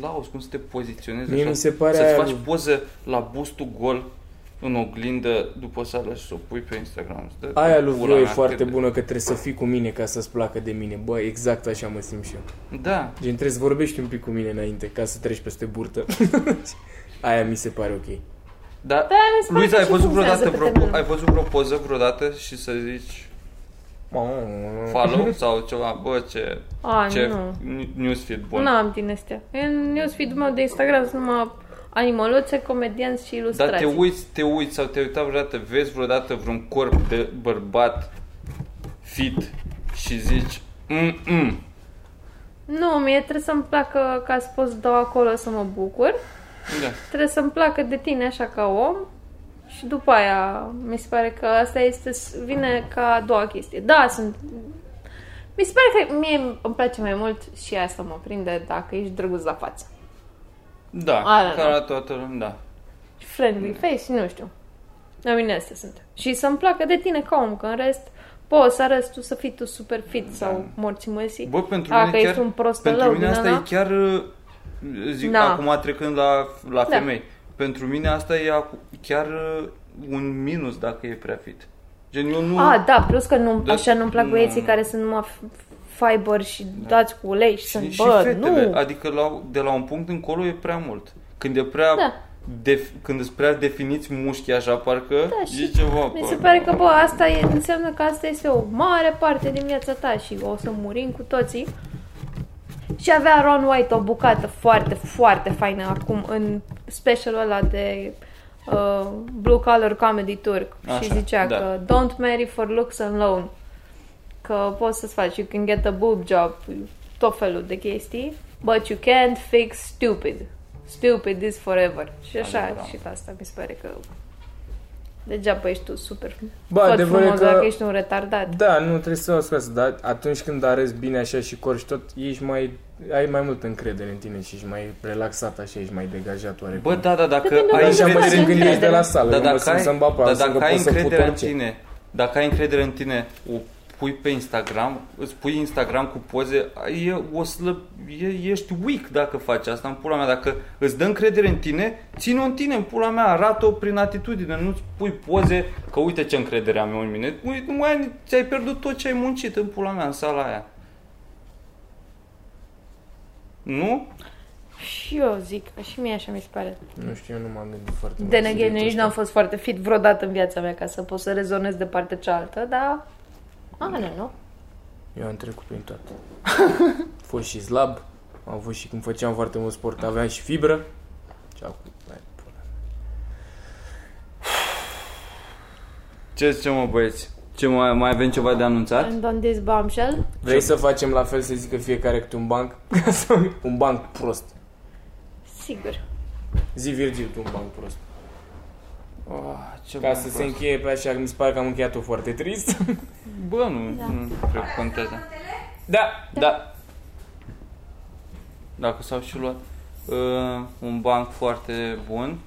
lauzi, cum să te poziționezi
Mie
așa,
mi se pare
să-ți
aia
faci
lui-
poză la bustul gol în oglindă după sală și să o pui pe Instagram. Să dă
Aia
în
lui
pula
Vio e
mea,
foarte
cât de-
bună că trebuie să fii cu mine ca să-ți placă de mine. Bă, exact așa mă simt și eu.
Da.
Gen, trebuie să vorbești un pic cu mine înainte ca să treci peste burtă. Aia mi se pare ok.
Da,
mi se pare
Luiza,
că
ai
și
văzut,
funcționează
vreodată
pe
vreo,
termen
ai văzut vreo poză vreodată și să zici
Mamă,
follow sau ceva? Bă, ce,
A,
ce
nu.
n- newsfeed bun.
Nu am din astea. În newsfeed-ul meu de Instagram sunt numai animăluțe, comedianți și
Dar te
ilustrații.
uiți, te uiți sau te-ai uitat vreodată, vezi vreodată vreun corp de bărbat fit și zici Mm-mm.
Nu, mie trebuie să-mi placă că ați fost dau acolo să mă bucur.
Da.
Trebuie să-mi placă de tine așa ca om. Și după aia mi se pare că asta este, vine ca a doua chestie. Da, sunt... Mi se pare că mie îmi place mai mult și asta mă prinde dacă ești drăguț la față.
Da,
Are,
ca
da.
la toată lumea, da.
friendly face, nu știu. La mine astea sunt. Și să-mi placă de tine ca om, că în rest poți să arăți tu să fii tu super fit sau morții măsii.
Bă, pentru
Dacă
mine
ești
chiar,
un prost
Da. pentru
lău
mine
din
asta
ăla.
e chiar, uh, zic
Na.
acum trecând la, la
Da.
femei, pentru mine asta e acu- chiar uh, un minus dacă e prea fit. Gen, eu nu...
A, da, plus că nu,
Da,
așa nu-mi plac
nu,
băieții
nu.
care sunt numai f- fiber și dați cu ulei și, deci sunt,
Da. și, și
bă,
fetele,
nu.
adică la, de la un punct încolo e prea mult. Când e prea...
Da.
Def, când îți prea definiți mușchii așa, parcă
Da, și
e ceva.
Mi
bă,
se pare
nu.
că, bă, asta e, înseamnă că asta este o mare parte din viața ta și o să murim cu toții. Și avea Ron White o bucată foarte, foarte faină acum în specialul ăla de uh, Blue Collar Comedy Turk și
Așa,
zicea
da.
că Don't marry for looks alone că poți să-ți faci you can get a boob job tot felul de chestii but you can't fix stupid stupid is forever și așa
Adevărat.
și asta mi se pare că Degeaba ești tu super
Bă,
Bă, tot
adevărul
frumos
că-
că... dacă ești un retardat.
Da, nu trebuie să o scoasă, dar atunci când arăți bine așa și corci tot, ești mai, ai mai multă încredere în tine și ești mai relaxat așa, ești mai degajat oarecum.
Bă, da, da, dacă
Depinde
ai
Așa mă
încredere
simt
în
când
tine,
ești de la sală,
Dar
nu mă
dacă
simt
ai,
să-mi bat pe
dar
asta, că
dacă ai
pot să fut
încredere în
orice.
tine, dacă ai încredere în tine, o pui pe Instagram, îți pui Instagram cu poze, e o slăb, e, ești weak dacă faci asta în pula mea. Dacă îți dă încredere în tine, ține-o în tine în pula mea, arată-o prin atitudine, nu-ți pui poze că uite ce încredere am eu în mine. Ui, Nu mai ai, ți-ai pierdut tot ce ai muncit în pula mea, în sala aia. Nu?
Și eu zic, că și mie așa mi se pare.
Nu știu, eu nu m-am gândit foarte
De
mult.
neghen, nici n-am fost foarte fit vreodată în viața mea ca să pot să rezonez de partea cealaltă, dar... A, nu, nu.
Eu am trecut prin toate. Am fost și slab, am fost și când făceam foarte mult sport, aveam și fibră. Și acum, mai pula.
Ce zice mă băieți? Ce mai, mai avem ceva de anunțat?
And on this bombshell,
Vrei să facem la fel să zică fiecare câte un banc? un banc prost.
sigur.
Zi Virgil tu un banc prost.
Oh, ce
Ca
bun
să se
prost.
încheie pe așa, mi se pare că am încheiat-o foarte trist.
Bă, nu, da. nu cred că contează.
da,
Da. Dacă s-au și luat uh, un banc foarte bun.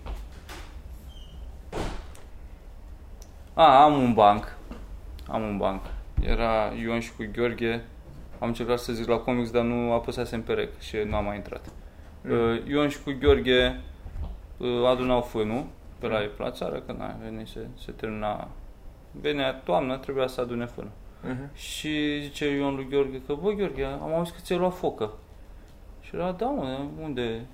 A, am un banc. Am un banc. Era Ion și cu Gheorghe. Am încercat să zic la comics, dar nu apăsasem pe rec și nu am mai intrat. Uh, Ion și cu Gheorghe uh, adunau fânul pe la ei, pe la țară, că na, veni se, se termina. Venea toamnă, trebuia să adune fânul.
Mhm.
Și zice Ion lui Gheorghe că, bă, Gheorghe, am auzit că ți-ai luat focă. Și era, da, mă, unde?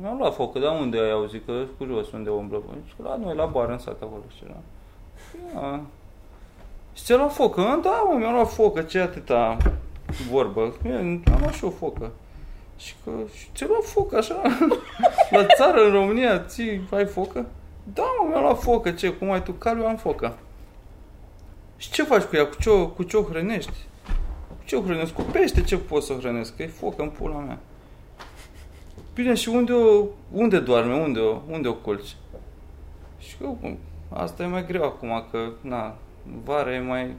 Mi-am luat focă, dar unde ai auzit? Că sunt curios unde umblă. Bă, Zice, la noi, la bar, în sat acolo. Și era, "Ia." Și ți-a luat focă? "Ă, Da, mă, mi-am luat focă, ce atâta vorbă. "E, Am luat și o focă. Și că, și ți-a luat focă așa? la țară, în România, ții, ai focă? Da, mă, mi-am luat focă, ce, cum ai tu? Cal, eu am focă. Și ce faci cu ea? Cu ce, o- cu ce o hrănești? Cu ce o hrănesc? Cu pește ce pot să o hrănesc? Că e foc în pula mea. Bine, și unde, o, unde doarme? Unde o, unde o culci? Și că, cum, asta e mai greu acum, că, na, vara e mai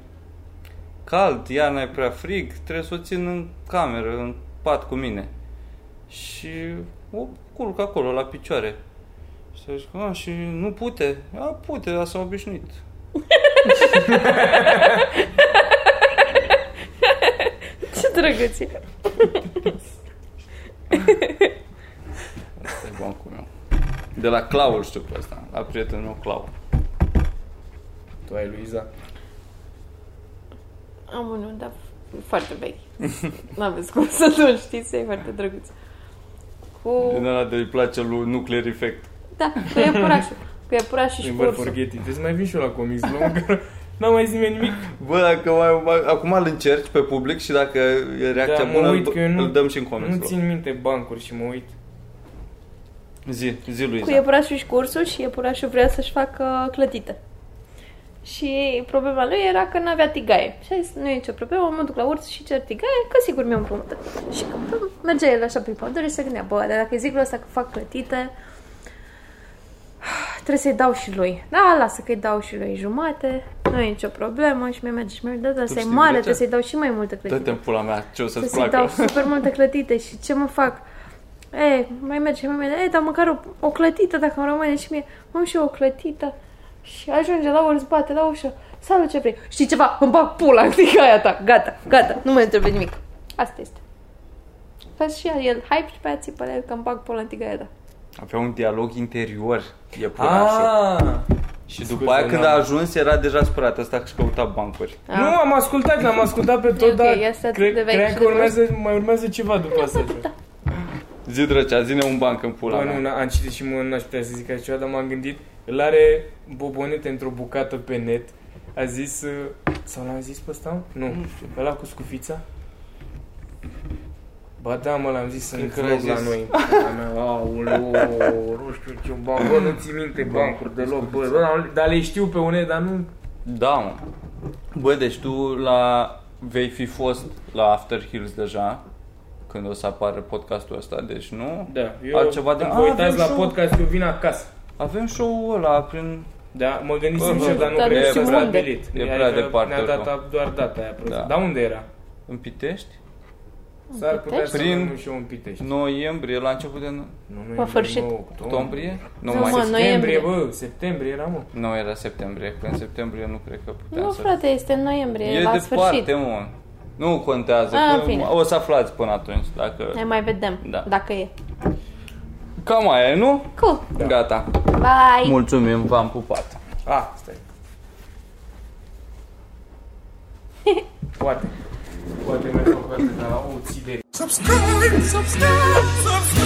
cald, iarna e prea frig, trebuie să o țin în cameră, în pat cu mine. Și o culc acolo, la picioare. Și să zic, a, și nu pute? A, pute, dar s-a obișnuit.
Ce drăguțe.
Asta e bancul meu. De la Claul știu pe asta, la prietenul meu Claul.
Tu ai Luiza?
Am unul, dar e foarte vechi. N-aveți cum să nu știți, e foarte drăguț. Cu...
Din ăla de îi place lui Nuclear Effect.
Da, cu iepurașul. Cu iepurașul și
Din
cu
văd
ursul.
forget it. Trebuie să mai vin și eu la comics vlog, că n-am mai zis nimeni nimic.
Bă, dacă mai, mai, acum îl încerci pe public și dacă e reacția
Da, mă
bună,
uit că eu
îl,
nu-
îl dăm și în
Nu
comments.
țin minte bancuri și mă uit.
Zi, zi
Cu
Luiza.
iepurașul și cursul și iepurașul vrea să-și facă clătită. Și problema lui era că n-avea tigaie. Și a zis, nu e nicio problemă, mă duc la urs și cer tigaie, că sigur mi-o împrumută. Și bă, mergea el așa prin pădure și se gândea, bă, dar dacă e zicul ăsta că fac clătită, trebuie să-i dau și lui. Da, lasă că-i dau și lui jumate, nu e nicio problemă și mi-a merge și mi-a dat, dar să-i
știi
mare,
de ce?
trebuie să-i dau și mai multă clătită.
Dă-te în pula mea, ce o să-ți
Să-i
placă.
dau super multe clătite și ce mă fac? E, mai merge, mai merge, e, dar măcar o, o clătită dacă îmi rămâne și mie. Mă și eu o clătită și ajunge la ori, bate la ușă. Salut, ce vrei? Știi ceva? Îmi bag pula în tigaia ta. Gata, gata, nu mai întrebe nimic. Asta este. Faci și el hype și pe aia țipă la el că îmi bag pula în tigaia ta.
Avea un dialog interior,
Păi
iepurașul.
Ah!
și după aia
scuze,
când a
n-am-
ajuns era deja spărat, asta și căuta bancuri.
Nu, am ascultat, l-am ascultat pe tot,
ok,
dar
este atât de
cred,
vechi și
cred că
de
urmează, mai urmează ceva după asta.
Zi drăcea, zine un banc în pula
Bă, da.
mea.
nu, n-am citit și mă, n-aș putea să zic așa ceva, dar m-am gândit, îl are bobonete într-o bucată pe net, a zis, uh, sau l-am zis pe ăsta? Nu, nu știu, pe ăla cu scufița? Ba da, mă, l-am zis să-mi
Cred că
vlog
l-ai
la
zis.
noi. Pula mea, Aoleu, nu știu ce bani, bă, nu ți minte bancuri deloc, bă, bă, dar le știu pe une, dar nu...
Da, mă. Bă, deci tu la... vei fi fost la After Hills deja, când o să apară podcastul ăsta, deci nu?
Da, eu,
Altceva de-
când
A,
vă uitați
avem
la
show.
podcast, eu vin acasă.
Avem show-ul ăla prin...
Da, mă gândisem
Bă,
și eu,
bă,
dar nu
dar
cred
nu
că
știu
s-a
unde.
stabilit.
E
Adică
prea departe
Ne-a dat
oricum.
a- doar data aia, prost.
Da.
Dar unde era?
în Pitești.
S-ar putea să
Prin-
nu și eu în Pitești.
Noiembrie, la început de no-
Nu,
Pe sfârșit.
octombrie? Nu,
Nu,
mai.
mă,
Septembrie,
noiembrie.
bă, septembrie era, mă.
Nu, era septembrie, că în septembrie nu cred că puteam
Nu,
Da, să...
frate, este în noiembrie,
e
la
departe,
sfârșit.
mă. Nu contează,
A, în
că
fine.
o să aflați până atunci, dacă...
Ne mai vedem,
Da.
dacă e.
Cam aia, e, nu?
Cool,
Gata.
bye!
Mulțumim, v-am pupat.
Ah, stai. Poate. Poate mai fac o dată, dar o ții de
Subscribe, subscribe, subscribe.